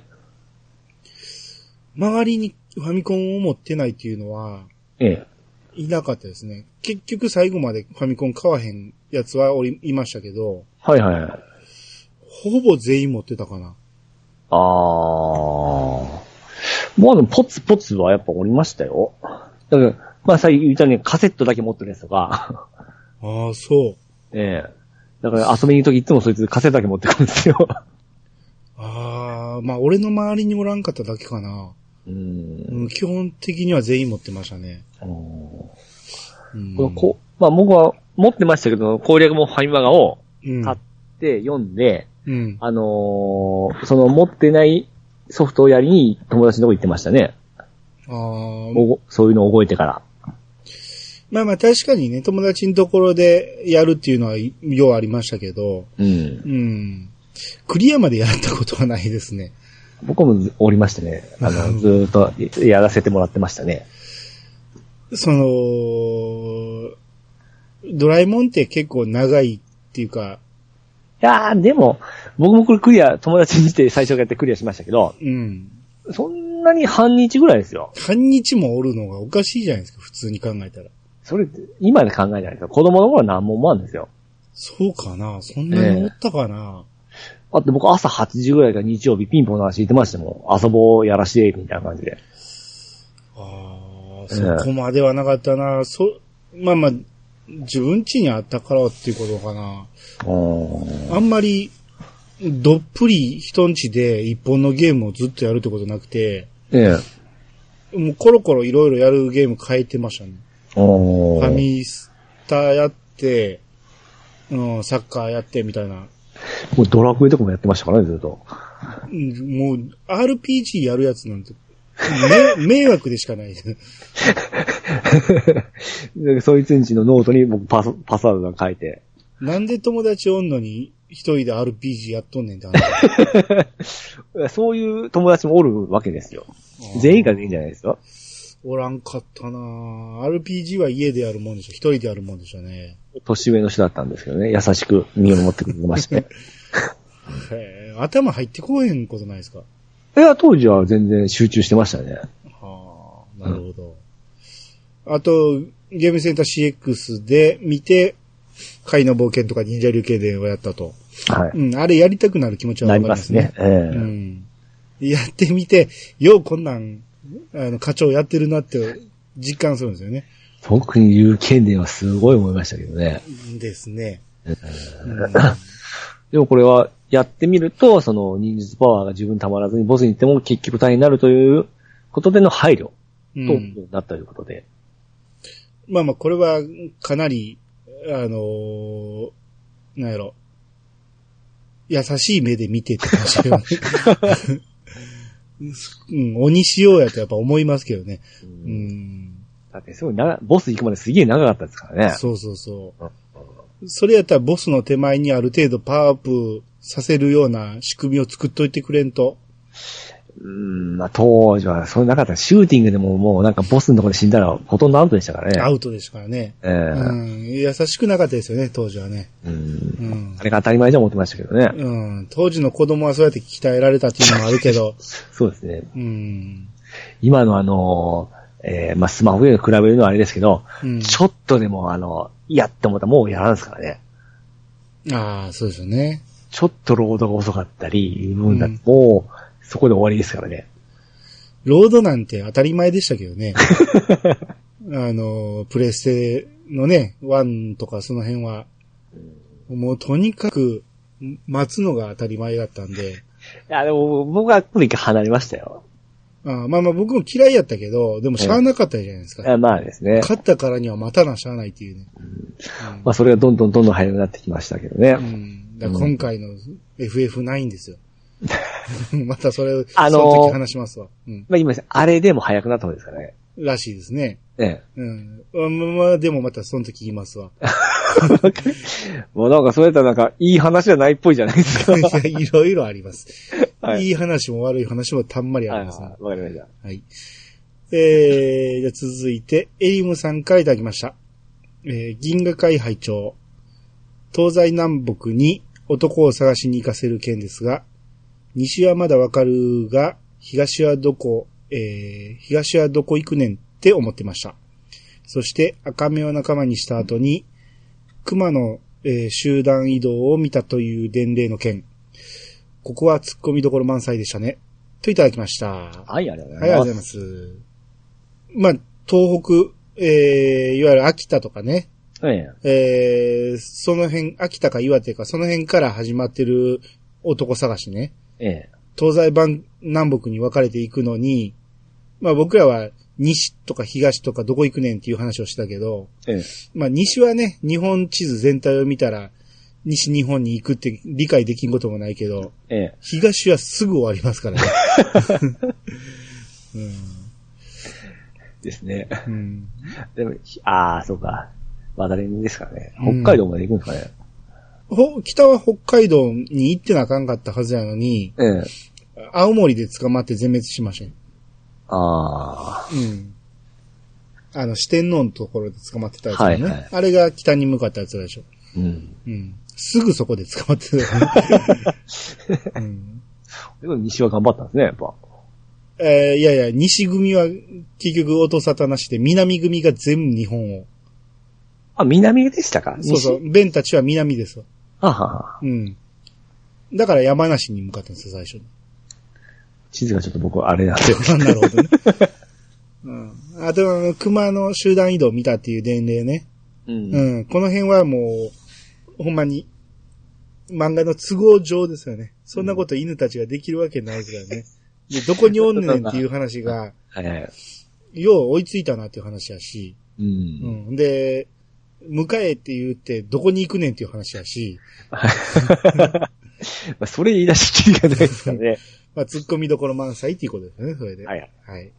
[SPEAKER 1] 周りにファミコンを持ってないっていうのは、
[SPEAKER 2] ええ。
[SPEAKER 1] いなかったですね。結局最後までファミコン買わへんやつはおり、いましたけど、
[SPEAKER 2] はいはいはい。
[SPEAKER 1] ほぼ全員持ってたかな。
[SPEAKER 2] あー。まあでも、ポツポツはやっぱおりましたよ。だから、まあさっき言ったようにカセットだけ持ってるやつとか、
[SPEAKER 1] ああ、そう。
[SPEAKER 2] ええ。だから遊びに行くときいつもそいつカセットだけ持ってくるんですよ。
[SPEAKER 1] ああ、まあ俺の周りにおらんかっただけかな。
[SPEAKER 2] うーん。
[SPEAKER 1] うん、基本的には全員持ってましたね。
[SPEAKER 2] あの
[SPEAKER 1] うん
[SPEAKER 2] ーこのこまあ僕は持ってましたけど、攻略もファミマガを
[SPEAKER 1] うん
[SPEAKER 2] 買って読んで、
[SPEAKER 1] うん。
[SPEAKER 2] あのーその持ってないソフトをやりに友達のとこ行ってましたね。
[SPEAKER 1] ああ、
[SPEAKER 2] おごそういうのを覚えてから。
[SPEAKER 1] まあまあ確かにね、友達のところでやるっていうのは、ようありましたけど、
[SPEAKER 2] うん。
[SPEAKER 1] うん。クリアまでやったことはないですね。
[SPEAKER 2] 僕もずおりましてね。あの、ずーっとやらせてもらってましたね。
[SPEAKER 1] その、ドラえもんって結構長いっていうか、
[SPEAKER 2] いやー、でも、僕もこれクリア、友達にして最初からやってクリアしましたけど、
[SPEAKER 1] うん。
[SPEAKER 2] そんなに半日ぐらいですよ。
[SPEAKER 1] 半日もおるのがおかしいじゃないですか、普通に考えたら。
[SPEAKER 2] それ、今で考えないと、子供の頃は何も思わんですよ。
[SPEAKER 1] そうかなそんなにおったかな、
[SPEAKER 2] だって僕朝8時ぐらいから日曜日ピンポンの話聞いてましたもん。遊ぼうやらして、みたいな感じで。
[SPEAKER 1] ああ、
[SPEAKER 2] え
[SPEAKER 1] そこまではなかったなそ、まあまあ、自分家にあったからっていうことかな。
[SPEAKER 2] うーん。
[SPEAKER 1] あんまり、どっぷり人んちで一本のゲームをずっとやるってことなくて、
[SPEAKER 2] ええ。
[SPEAKER 1] もうコロコロいろいろやるゲーム変えてましたね。フ
[SPEAKER 2] お
[SPEAKER 1] ァ
[SPEAKER 2] ー
[SPEAKER 1] ミスタやって、うん、サッカーやってみたいな。
[SPEAKER 2] もうドラクエとかもやってましたからね、ずっと。
[SPEAKER 1] うんもう、RPG やるやつなんて、 め迷惑でしかないです。
[SPEAKER 2] でそいつんちのノートに僕パス、パスワードが書いて。
[SPEAKER 1] なんで友達おんのに一人で RPG やっとんねんって話。
[SPEAKER 2] そういう友達もおるわけですよ。全員が全員じゃないですよ。
[SPEAKER 1] おらんかったなぁ RPG は家でやるもんでしょ。一人でやるもんでしょね。
[SPEAKER 2] 年上の人だったんですけどね、優しく身を守ってくれまして。
[SPEAKER 1] へー頭入ってこへんことないですか
[SPEAKER 2] いや、当時は全然集中してましたね。
[SPEAKER 1] はあ、なるほど。あと、ゲームセンター CX で見て、海の冒険とか忍者流系伝をやったと。
[SPEAKER 2] は
[SPEAKER 1] うん、あれやりたくなる気持ち
[SPEAKER 2] い。
[SPEAKER 1] はわか
[SPEAKER 2] なり
[SPEAKER 1] りま
[SPEAKER 2] ます
[SPEAKER 1] すね
[SPEAKER 2] ね。。ええ
[SPEAKER 1] うん。やってみて、ようこんなん、あの、課長やってるなって実感するんですよね。
[SPEAKER 2] 特に言う件ではすごい思いましたけどね。
[SPEAKER 1] ですね。
[SPEAKER 2] ええ
[SPEAKER 1] うん
[SPEAKER 2] でもこれはやってみると、その忍術パワーが十分たまらずにボスに行っても結局大変になるということでの配慮
[SPEAKER 1] う
[SPEAKER 2] と
[SPEAKER 1] ん、
[SPEAKER 2] なったということで。
[SPEAKER 1] まあまあ、これはかなり、あのーなんやろ。優しい目で見てって感じだよね。 うん、鬼しようやとやっぱ思いますけどね。
[SPEAKER 2] うん
[SPEAKER 1] うん。
[SPEAKER 2] だってすごいな、ボス行くまですげえ長かったですからね。
[SPEAKER 1] そうそうそう。それやったらボスの手前にある程度パワーアップさせるような仕組みを作っといてくれんと。
[SPEAKER 2] うん、まあ当時はそれなかった。シューティングでももうなんかボスのところで死んだらほとんどアウトでしたから
[SPEAKER 1] ア
[SPEAKER 2] ね。
[SPEAKER 1] ウトでしたからね。
[SPEAKER 2] ええ
[SPEAKER 1] うん。優しくなかったですよね、当時はね。
[SPEAKER 2] うん
[SPEAKER 1] うん
[SPEAKER 2] あ。れが当たり前じゃ思ってましたけどね。
[SPEAKER 1] うん。当時の子供はそうやって鍛えられたっていうのもあるけど。
[SPEAKER 2] そうですね。
[SPEAKER 1] うん。
[SPEAKER 2] 今のあのー、えーまあスマホより比べるのはあれですけど、
[SPEAKER 1] うん。
[SPEAKER 2] ちょっとでもあの、いやって思ったらもうやらんすからね。
[SPEAKER 1] ああ、そうですよね。
[SPEAKER 2] ちょっとロードが遅かったり、いう分だ
[SPEAKER 1] うん
[SPEAKER 2] ともう、そこで終わりですからね。
[SPEAKER 1] ロードなんて当たり前でしたけど ね。あの、プレステのね、1とかその辺は、もうとにかく待つのが当たり前だったんで、
[SPEAKER 2] いや、でも僕はこれ一回離れましたよ。
[SPEAKER 1] あーまあまあ僕も嫌いやったけど、でもしゃあなかったじゃないですか。
[SPEAKER 2] あまあですね。
[SPEAKER 1] 勝ったからには待たなしゃあないっていうね。うん
[SPEAKER 2] まあそれがどんどんどんどん早くなってきましたけどね。
[SPEAKER 1] うんだから今回の FF9 ですよ。 またそれ、
[SPEAKER 2] あのー
[SPEAKER 1] その時話しますわ。うん。
[SPEAKER 2] まあ今、あれでも早くなった方ですからね。
[SPEAKER 1] らしいですね。
[SPEAKER 2] え
[SPEAKER 1] うん。うんまあ、でもまたその時言いますわ。
[SPEAKER 2] え。もうなんかそれやったらなんか、いい話じゃないっぽいじゃないですか。はい
[SPEAKER 1] やいろいろあります。
[SPEAKER 2] はい
[SPEAKER 1] い、い話も悪い話もたんまり
[SPEAKER 2] い
[SPEAKER 1] あ
[SPEAKER 2] は
[SPEAKER 1] り
[SPEAKER 2] い
[SPEAKER 1] ますね、
[SPEAKER 2] わかりました。
[SPEAKER 1] はい。えー、じゃあ続いて、エリムさんからいただきました。えー、銀河会拝聴東西南北に男を探しに行かせる件ですが、西はまだわかるが、東はどこ、えー、東はどこ行くねんって思ってました。そして、赤目を仲間にした後に、熊の、えー集団移動を見たという伝令の件。ここは突っ込みどころ満載でしたね。といただきました。
[SPEAKER 2] はい、ありがとうご
[SPEAKER 1] はい、ありがとうござ
[SPEAKER 2] ざい
[SPEAKER 1] い
[SPEAKER 2] ま。
[SPEAKER 1] ますす。まあ、東北、えー、いわゆる秋田とかね、
[SPEAKER 2] え
[SPEAKER 1] えー、その辺、秋田か岩手か、その辺から始まってる男探しね、
[SPEAKER 2] え、ええ。
[SPEAKER 1] 東西版南北に分かれていくのに、まあ僕らは西とか東とかどこ行くねんっていう話をしたけど、
[SPEAKER 2] ええ、
[SPEAKER 1] まあ西はね、日本地図全体を見たら、西日本に行くって理解できんこともないけど、
[SPEAKER 2] ええ、
[SPEAKER 1] 東はすぐ終わりますからね。
[SPEAKER 2] ですね。
[SPEAKER 1] うんうん、
[SPEAKER 2] でも、ひああ、そうか。渡りですからね。北海道まで行くんですかね。
[SPEAKER 1] ほ、北は北海道に行ってなあかんかったはずやのに、
[SPEAKER 2] ええ。
[SPEAKER 1] 青森で捕まって全滅しましたね。
[SPEAKER 2] ああ。
[SPEAKER 1] うん。あの、四天王のところで捕まってたやつね、
[SPEAKER 2] はいはい
[SPEAKER 1] あれが北に向かったやつらでしょ。
[SPEAKER 2] うん。
[SPEAKER 1] うん。すぐそこで捕まってたよね、 うん
[SPEAKER 2] でも西は頑張ったんですね、やっぱ。
[SPEAKER 1] えーいやいや、西組は結局音沙汰なしで、南組が全部日本を。
[SPEAKER 2] あ、南でしたか
[SPEAKER 1] そうそ。
[SPEAKER 2] 西
[SPEAKER 1] う、ベンたちは南ですわ。
[SPEAKER 2] あはは。
[SPEAKER 1] うん。だから山梨に向かったんですよ、最初に。
[SPEAKER 2] 地図がちょっと僕あれなん で。
[SPEAKER 1] なるほどね。うん。あと、あの熊の集団移動見たっていう伝令ね。
[SPEAKER 2] う。
[SPEAKER 1] うんん。この辺はもう、ほんまに、漫画の都合上ですよね。そんなこと犬たちができるわけないですからね。で、どこにおんねんっていう話 が、
[SPEAKER 2] はいはい。
[SPEAKER 1] よう追いついたなっていう話やし、
[SPEAKER 2] う。
[SPEAKER 1] うんん。で、迎えって言って、どこに行くねんっていう話やし、
[SPEAKER 2] まあ、それ言い出しきりがないですからね。
[SPEAKER 1] まあ、突っ込みどころ満載っていうことですね、それで。。
[SPEAKER 2] はいい。
[SPEAKER 1] はい。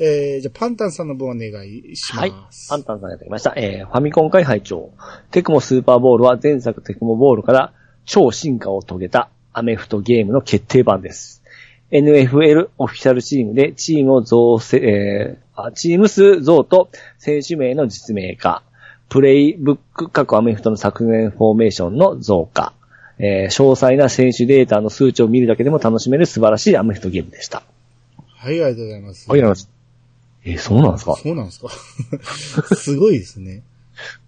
[SPEAKER 1] えー、じゃあ、パンタンさんの分お願いし
[SPEAKER 2] はい
[SPEAKER 1] ま。す。
[SPEAKER 2] アンタンさんがいただきました。えー、ファミコン会拝長。テクモスーパーボールは前作テクモボールから超進化を遂げたアメフトゲームの決定版です。NFL オフィシャルチームでチームを増せ、えーあチーム数増と選手名の実名化。プレイブック過去アメフトの昨年フォーメーションの増加。えー詳細な選手データの数値を見るだけでも楽しめる素晴らしいアメフトゲームでした。
[SPEAKER 1] はい、ありがとうございます。
[SPEAKER 2] ありがとうございます。えーそうなんですか
[SPEAKER 1] そうなんですか すごいですね。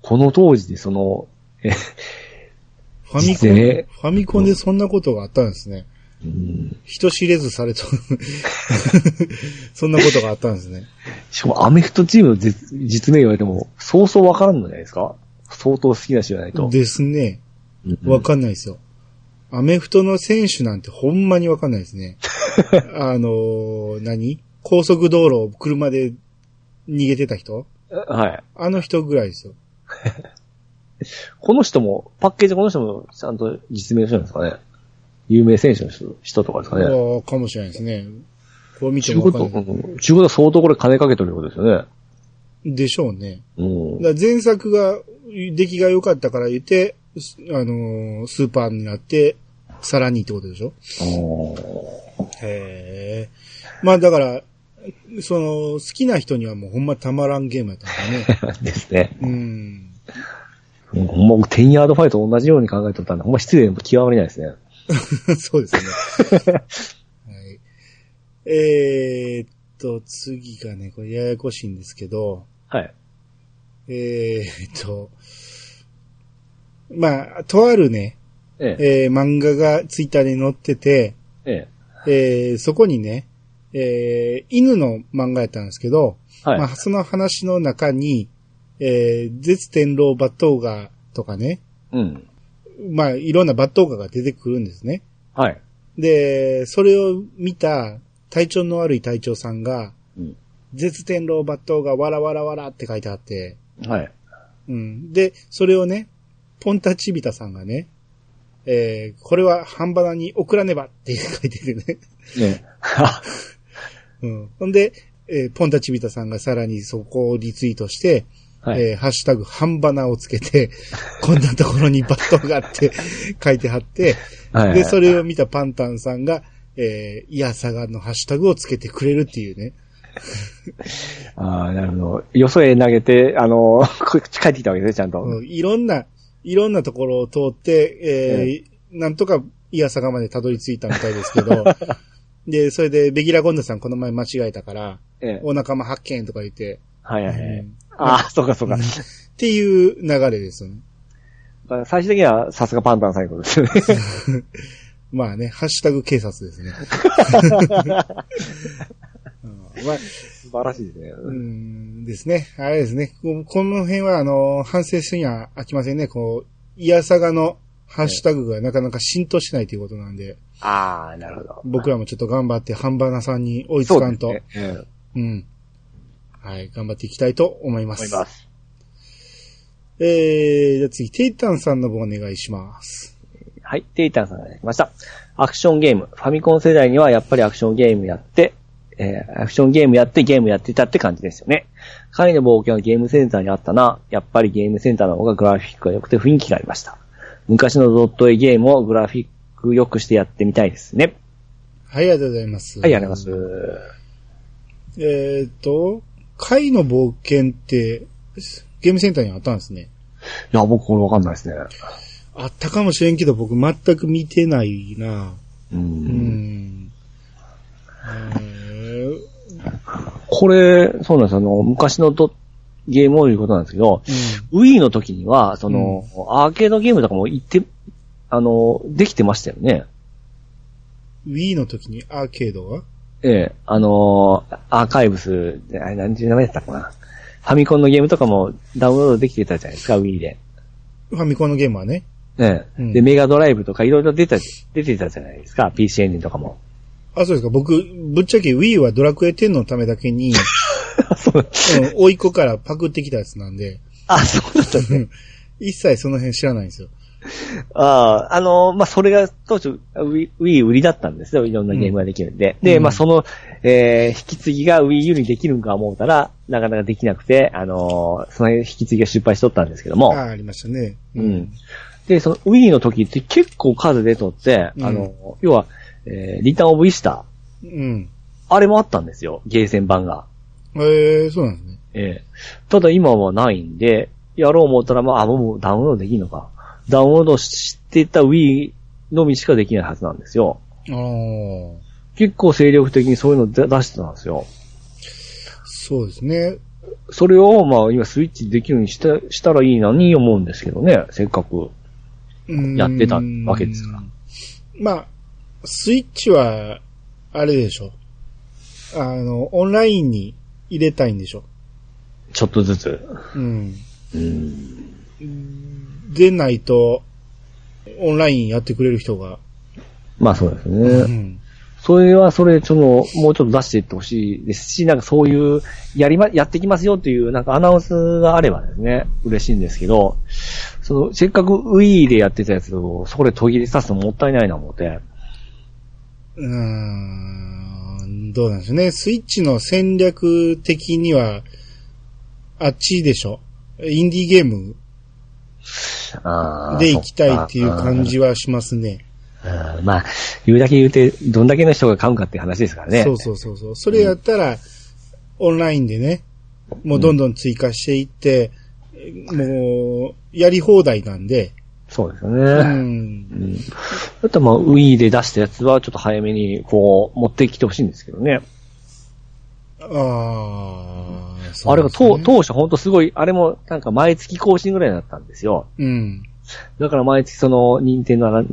[SPEAKER 2] この当時でその、えー
[SPEAKER 1] ファミコ
[SPEAKER 2] 実
[SPEAKER 1] ン、
[SPEAKER 2] ね
[SPEAKER 1] ファミコンでそんなことがあったんですね。
[SPEAKER 2] うん
[SPEAKER 1] 人知れずされと、 そんなことがあったんですね。
[SPEAKER 2] しかもアメフトチームの実実名言われても、そうそうわからんのじゃないですか相当好きな人じゃないと。
[SPEAKER 1] ですね。
[SPEAKER 2] うんうん
[SPEAKER 1] わかんないですよ。アメフトの選手なんてほんまにわかんないです ね。あのー何高速道路を車で逃げてた人
[SPEAKER 2] はい。
[SPEAKER 1] あの人ぐらいですよ。
[SPEAKER 2] この人も、パッケージこの人もちゃんと実名の人なんですかね有名選手の人人とかですかね
[SPEAKER 1] ああかもしれないですね。こう見て
[SPEAKER 2] 中
[SPEAKER 1] もわ
[SPEAKER 2] 古
[SPEAKER 1] か
[SPEAKER 2] と、
[SPEAKER 1] ん
[SPEAKER 2] う
[SPEAKER 1] ない。
[SPEAKER 2] ん中古と相当これ金かけてることですよね。
[SPEAKER 1] でしょうね。
[SPEAKER 2] うん。
[SPEAKER 1] だから前作が、出来が良かったから言って、すあのースーパーになって、さらにってことでしょ
[SPEAKER 2] あー
[SPEAKER 1] へえ。まあだから、その、好きな人にはもうほんまたまらんゲームやったんだね。
[SPEAKER 2] ですね。
[SPEAKER 1] うん。
[SPEAKER 2] もうほんま、10ヤードファイト同じように考えとったんで、ほんま失礼も極まりないですね。
[SPEAKER 1] そうですね。はい。えー、っと、次がね、これややこしいんですけど、
[SPEAKER 2] はい。
[SPEAKER 1] えー、っと、まあ、とあるね、
[SPEAKER 2] ええ。
[SPEAKER 1] えー漫画がツイッターに載ってて、
[SPEAKER 2] ええ。
[SPEAKER 1] えーそこにね、えー犬の漫画やったんですけど、
[SPEAKER 2] はい。
[SPEAKER 1] まあ、その話の中に、えー、絶天狼抜刀画とかね、
[SPEAKER 2] うん。
[SPEAKER 1] まあ、いろんな抜刀画が出てくるんですね。
[SPEAKER 2] はい。
[SPEAKER 1] で、それを見た体調の悪い隊長さんが、
[SPEAKER 2] うん
[SPEAKER 1] 絶天狼抜刀画わらわらわらって書いてあって、
[SPEAKER 2] はい。
[SPEAKER 1] うん。で、それをね、ポンタチビタさんがね、えーこれは半端なに送らねばって書いててね。
[SPEAKER 2] ね。あ
[SPEAKER 1] うん。ほんで、えーポンタチビタさんがさらにそこをリツイートして、
[SPEAKER 2] はい。
[SPEAKER 1] えーハッシュタグ、半ばなをつけ て、こんなところにバットがあって書いて貼って、
[SPEAKER 2] はい。
[SPEAKER 1] で、そ
[SPEAKER 2] れ。
[SPEAKER 1] れを見たパンタンさんが、えー、いやさがのハッシュタグをつけてくれるっていうね。
[SPEAKER 2] ああ、なるほど。よそへ投げて、あの ー、こ帰ってきたわけですね、ちゃんと。
[SPEAKER 1] うんいろんな、いろんなところを通って、えーなんとかいやさがまでたどり着いたみたいですけ ど、で、それで、ベギラゴンダさんこの前間違えたから、
[SPEAKER 2] ええ。
[SPEAKER 1] お仲間発見とか言って、
[SPEAKER 2] はいはい
[SPEAKER 1] う
[SPEAKER 2] はい。
[SPEAKER 1] ん
[SPEAKER 2] ああ、そうかそうか。
[SPEAKER 1] っていう流れですよね。
[SPEAKER 2] 最終的には、さすがパンダの最後ですよね。
[SPEAKER 1] まあね、ハッシュタグ警察ですね。うんまあ
[SPEAKER 2] 素晴らしいですね。
[SPEAKER 1] うーんですね。あれですね。ここの辺は、あの、反省するには飽きませんね。こう、いやさがのハッシュタグがなかなか浸透しないということなんで、
[SPEAKER 2] ああ、なるほど。
[SPEAKER 1] 僕らもちょっと頑張って、ハンバーナさんに追いつ
[SPEAKER 2] そう
[SPEAKER 1] か
[SPEAKER 2] で
[SPEAKER 1] ん
[SPEAKER 2] す
[SPEAKER 1] と。
[SPEAKER 2] ね。うん
[SPEAKER 1] うん。はい、頑張っていきたいと思います。
[SPEAKER 2] 思います。
[SPEAKER 1] えー、じゃあ次、テイタンさんの方お願いします。
[SPEAKER 2] はい、テイタンさんが来ました。アクションゲーム。ファミコン世代にはやっぱりアクションゲームやって、えーアクションゲームやってゲームやってたって感じですよね。彼の冒険はゲームセンターにあったな。やっぱりゲームセンターの方がグラフィックが良くて雰囲気がありました。昔のドット絵ゲームをグラフィック良くしてやってみたいですね。
[SPEAKER 1] はい、ありがとうございます。
[SPEAKER 2] はい、ありがとうござい
[SPEAKER 1] す。えーっと、貝の冒険って、ゲームセンターにあったんですね。
[SPEAKER 2] ます。いや、僕これわかんないですね。
[SPEAKER 1] あったかもしれんけど、僕全く見てないな
[SPEAKER 2] う。
[SPEAKER 1] うんん。うん
[SPEAKER 2] これ、そうなんです。あの、昔のドゲームをいうことなんですけど、Wii の時には、その、アーケードゲームとかも行って、あの、できてましたよね。
[SPEAKER 1] Wii の時にアーケードが
[SPEAKER 2] ええ、あのアーカイブス、あれ、何ていう名前だったかな。ファミコンのゲームとかもダウンロードできてたじゃないですか、Wii で。
[SPEAKER 1] ファミコンのゲームはね。
[SPEAKER 2] ええ
[SPEAKER 1] うん
[SPEAKER 2] で、メガドライブとかいろいろ出た、出てたじゃないですか、PC エンジンとかも。
[SPEAKER 1] あ、そうですか。僕、ぶっちゃけ Wii はドラクエ10のためだけに、
[SPEAKER 2] そう、
[SPEAKER 1] うん、甥いっ子からパクってきたやつなんで、
[SPEAKER 2] あ、そうだったんですね。
[SPEAKER 1] 一切その辺知らないんですよ。
[SPEAKER 2] ああ、あのまあ、それが当初、Wii Wii 売りだったんですよ。いろんなゲームができるんで。で、まあ、その、えー、引き継ぎが Wii U にできるんか思うたら、なかなかできなくて、あのその引き継ぎが失敗しとったんですけども。
[SPEAKER 1] ああ、ありましたね。
[SPEAKER 2] うん。で、その Wii の時って結構数出とって、
[SPEAKER 1] うん
[SPEAKER 2] あの、要は、えー、リターンオブイースタ
[SPEAKER 1] うん。
[SPEAKER 2] ー、あれもあったんですよ。ゲーセン版が。
[SPEAKER 1] ええー、そうなんですね。
[SPEAKER 2] ええただ今はないんで、やろう思ったら、まあ、あもうダウンロードできるのか。ダウンロードしてた Wii のみしかできないはずなんですよ。
[SPEAKER 1] ああ、
[SPEAKER 2] 結構精力的にそういうの出出してたんですよ。
[SPEAKER 1] そうですね。
[SPEAKER 2] それを、まあ、今スイッチできるようにしたしたらいいなに思うんですけどね、せっかく。
[SPEAKER 1] うん
[SPEAKER 2] やってたわけですから。
[SPEAKER 1] まあ、スイッチは、あれでしょ。あの、オンラインに入れたいんでしょ。
[SPEAKER 2] ちょっとずつ。
[SPEAKER 1] うん。
[SPEAKER 2] うん。
[SPEAKER 1] でないと、オンラインやってくれる人が。
[SPEAKER 2] まあ、そうですね。
[SPEAKER 1] うん。
[SPEAKER 2] それはそれ、その、もうちょっと出していってほしいですし、なんかそういう、やりま、やってきますよっていう、なんかアナウンスがあればですね、嬉しいんですけど、その、せっかく Wii でやってたやつを、それ途切れさすのもったいないな思って、
[SPEAKER 1] うーん、どうなんでしょうね。スイッチの戦略的には、あっちでしょ。インディーゲーム
[SPEAKER 2] あー
[SPEAKER 1] で行きたいっていう感。じはしますね。
[SPEAKER 2] そうんまあ、言うだけ言うて、どんだけの人が買うかっていう話ですからね。
[SPEAKER 1] そうそうそうそう。それやったら、オンラインでね、もうどんどん追加していって、もう、やり放題なんで、
[SPEAKER 2] そうですよ
[SPEAKER 1] う
[SPEAKER 2] ね。
[SPEAKER 1] ん。
[SPEAKER 2] うん。あとまあ、Wii で出したやつは、ちょっと早めに、こう、持ってきてほしいんですけどね。
[SPEAKER 1] ああ、
[SPEAKER 2] あれが
[SPEAKER 1] と
[SPEAKER 2] 当当初ほんとすごい、あれもなんか毎月更新ぐらいだったんですよ。
[SPEAKER 1] うん。
[SPEAKER 2] だから毎月その、任天堂の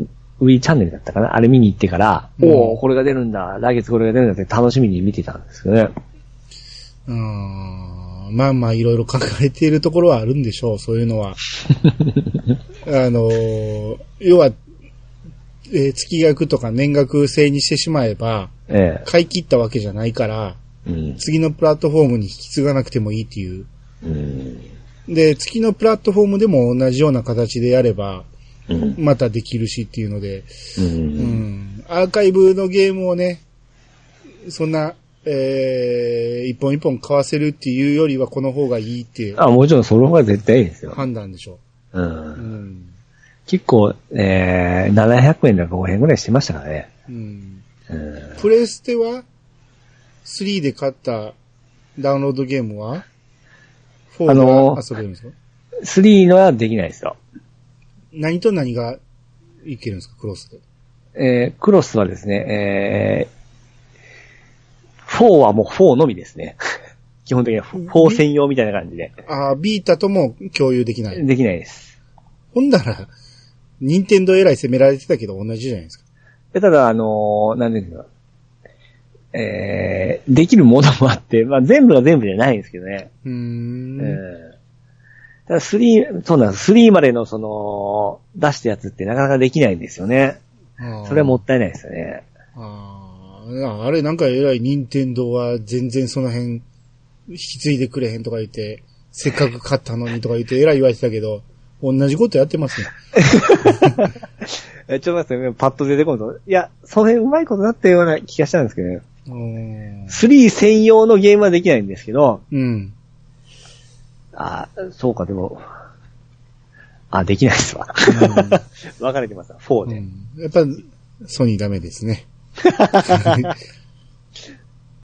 [SPEAKER 2] Wii チャンネルだったかなあれ見に行ってから、
[SPEAKER 1] うん
[SPEAKER 2] おおこれが出るんだ、来月これが出るんだって楽しみに見てたんですけどね。
[SPEAKER 1] うんまあまあいろいろ抱えているところはあるんでしょう、そういう のは。あのー、要は、えー月額とか年額制にしてしまえば、
[SPEAKER 2] え
[SPEAKER 1] 買い切ったわけじゃないから、
[SPEAKER 2] え。うん。
[SPEAKER 1] 次のプラットフォームに引き継がなくてもいいっていう。
[SPEAKER 2] うん。
[SPEAKER 1] で、月のプラットフォームでも同じような形でやれば、
[SPEAKER 2] うん。
[SPEAKER 1] またできるしっていうので、
[SPEAKER 2] う。
[SPEAKER 1] うんん、アーカイブのゲームをね、そんな、えー、一本一本買わせるっていうよりはこの方がいいっていう
[SPEAKER 2] あ、もちろんその方が絶対いいですよ。
[SPEAKER 1] 判断でしょう。
[SPEAKER 2] う。
[SPEAKER 1] うんん。
[SPEAKER 2] 結構、えー、700円とか5円ぐらいしてましたからね。
[SPEAKER 1] うん。
[SPEAKER 2] うん。
[SPEAKER 1] プレステは、3で買ったダウンロードゲームは、4
[SPEAKER 2] あの
[SPEAKER 1] では遊べるんですか、
[SPEAKER 2] 3のはできないですよ。
[SPEAKER 1] 何と何がいけるんですかクロスで。
[SPEAKER 2] えー、クロスはですね、えー、4はもう4のみですね。 基本的には4専用みたいな感じで。
[SPEAKER 1] ああ、ビータとも共有できない。
[SPEAKER 2] できないです。
[SPEAKER 1] ほんだら、任天堂えらい責められてたけど同じじゃないですか。
[SPEAKER 2] でただ、あのー、なんていうんですか。えー、できるものもあって、まあ全部が全部じゃないんですけどね。
[SPEAKER 1] うーん。
[SPEAKER 2] うん。ただ3、そうなんです。3までのその、出したやつってなかなかできないんですよね。
[SPEAKER 1] あー
[SPEAKER 2] それはもったいないですよね。
[SPEAKER 1] あーあれなんかえらい任天堂は全然その辺引き継いでくれへんとか言って、せっかく買ったのにとか言ってえらい言われてたけど、同じことやってます ね。
[SPEAKER 2] え、ちょっと待って、パッと出てこんと。いや、その辺うまいことなったような気がしたんですけどね。
[SPEAKER 1] うーん。
[SPEAKER 2] 3専用のゲームはできないんですけど、
[SPEAKER 1] うん。
[SPEAKER 2] あそうか、でも、あ、できないっすわ。分かれてますわ、4
[SPEAKER 1] う
[SPEAKER 2] で。
[SPEAKER 1] んやっぱ、ソニーダメですね。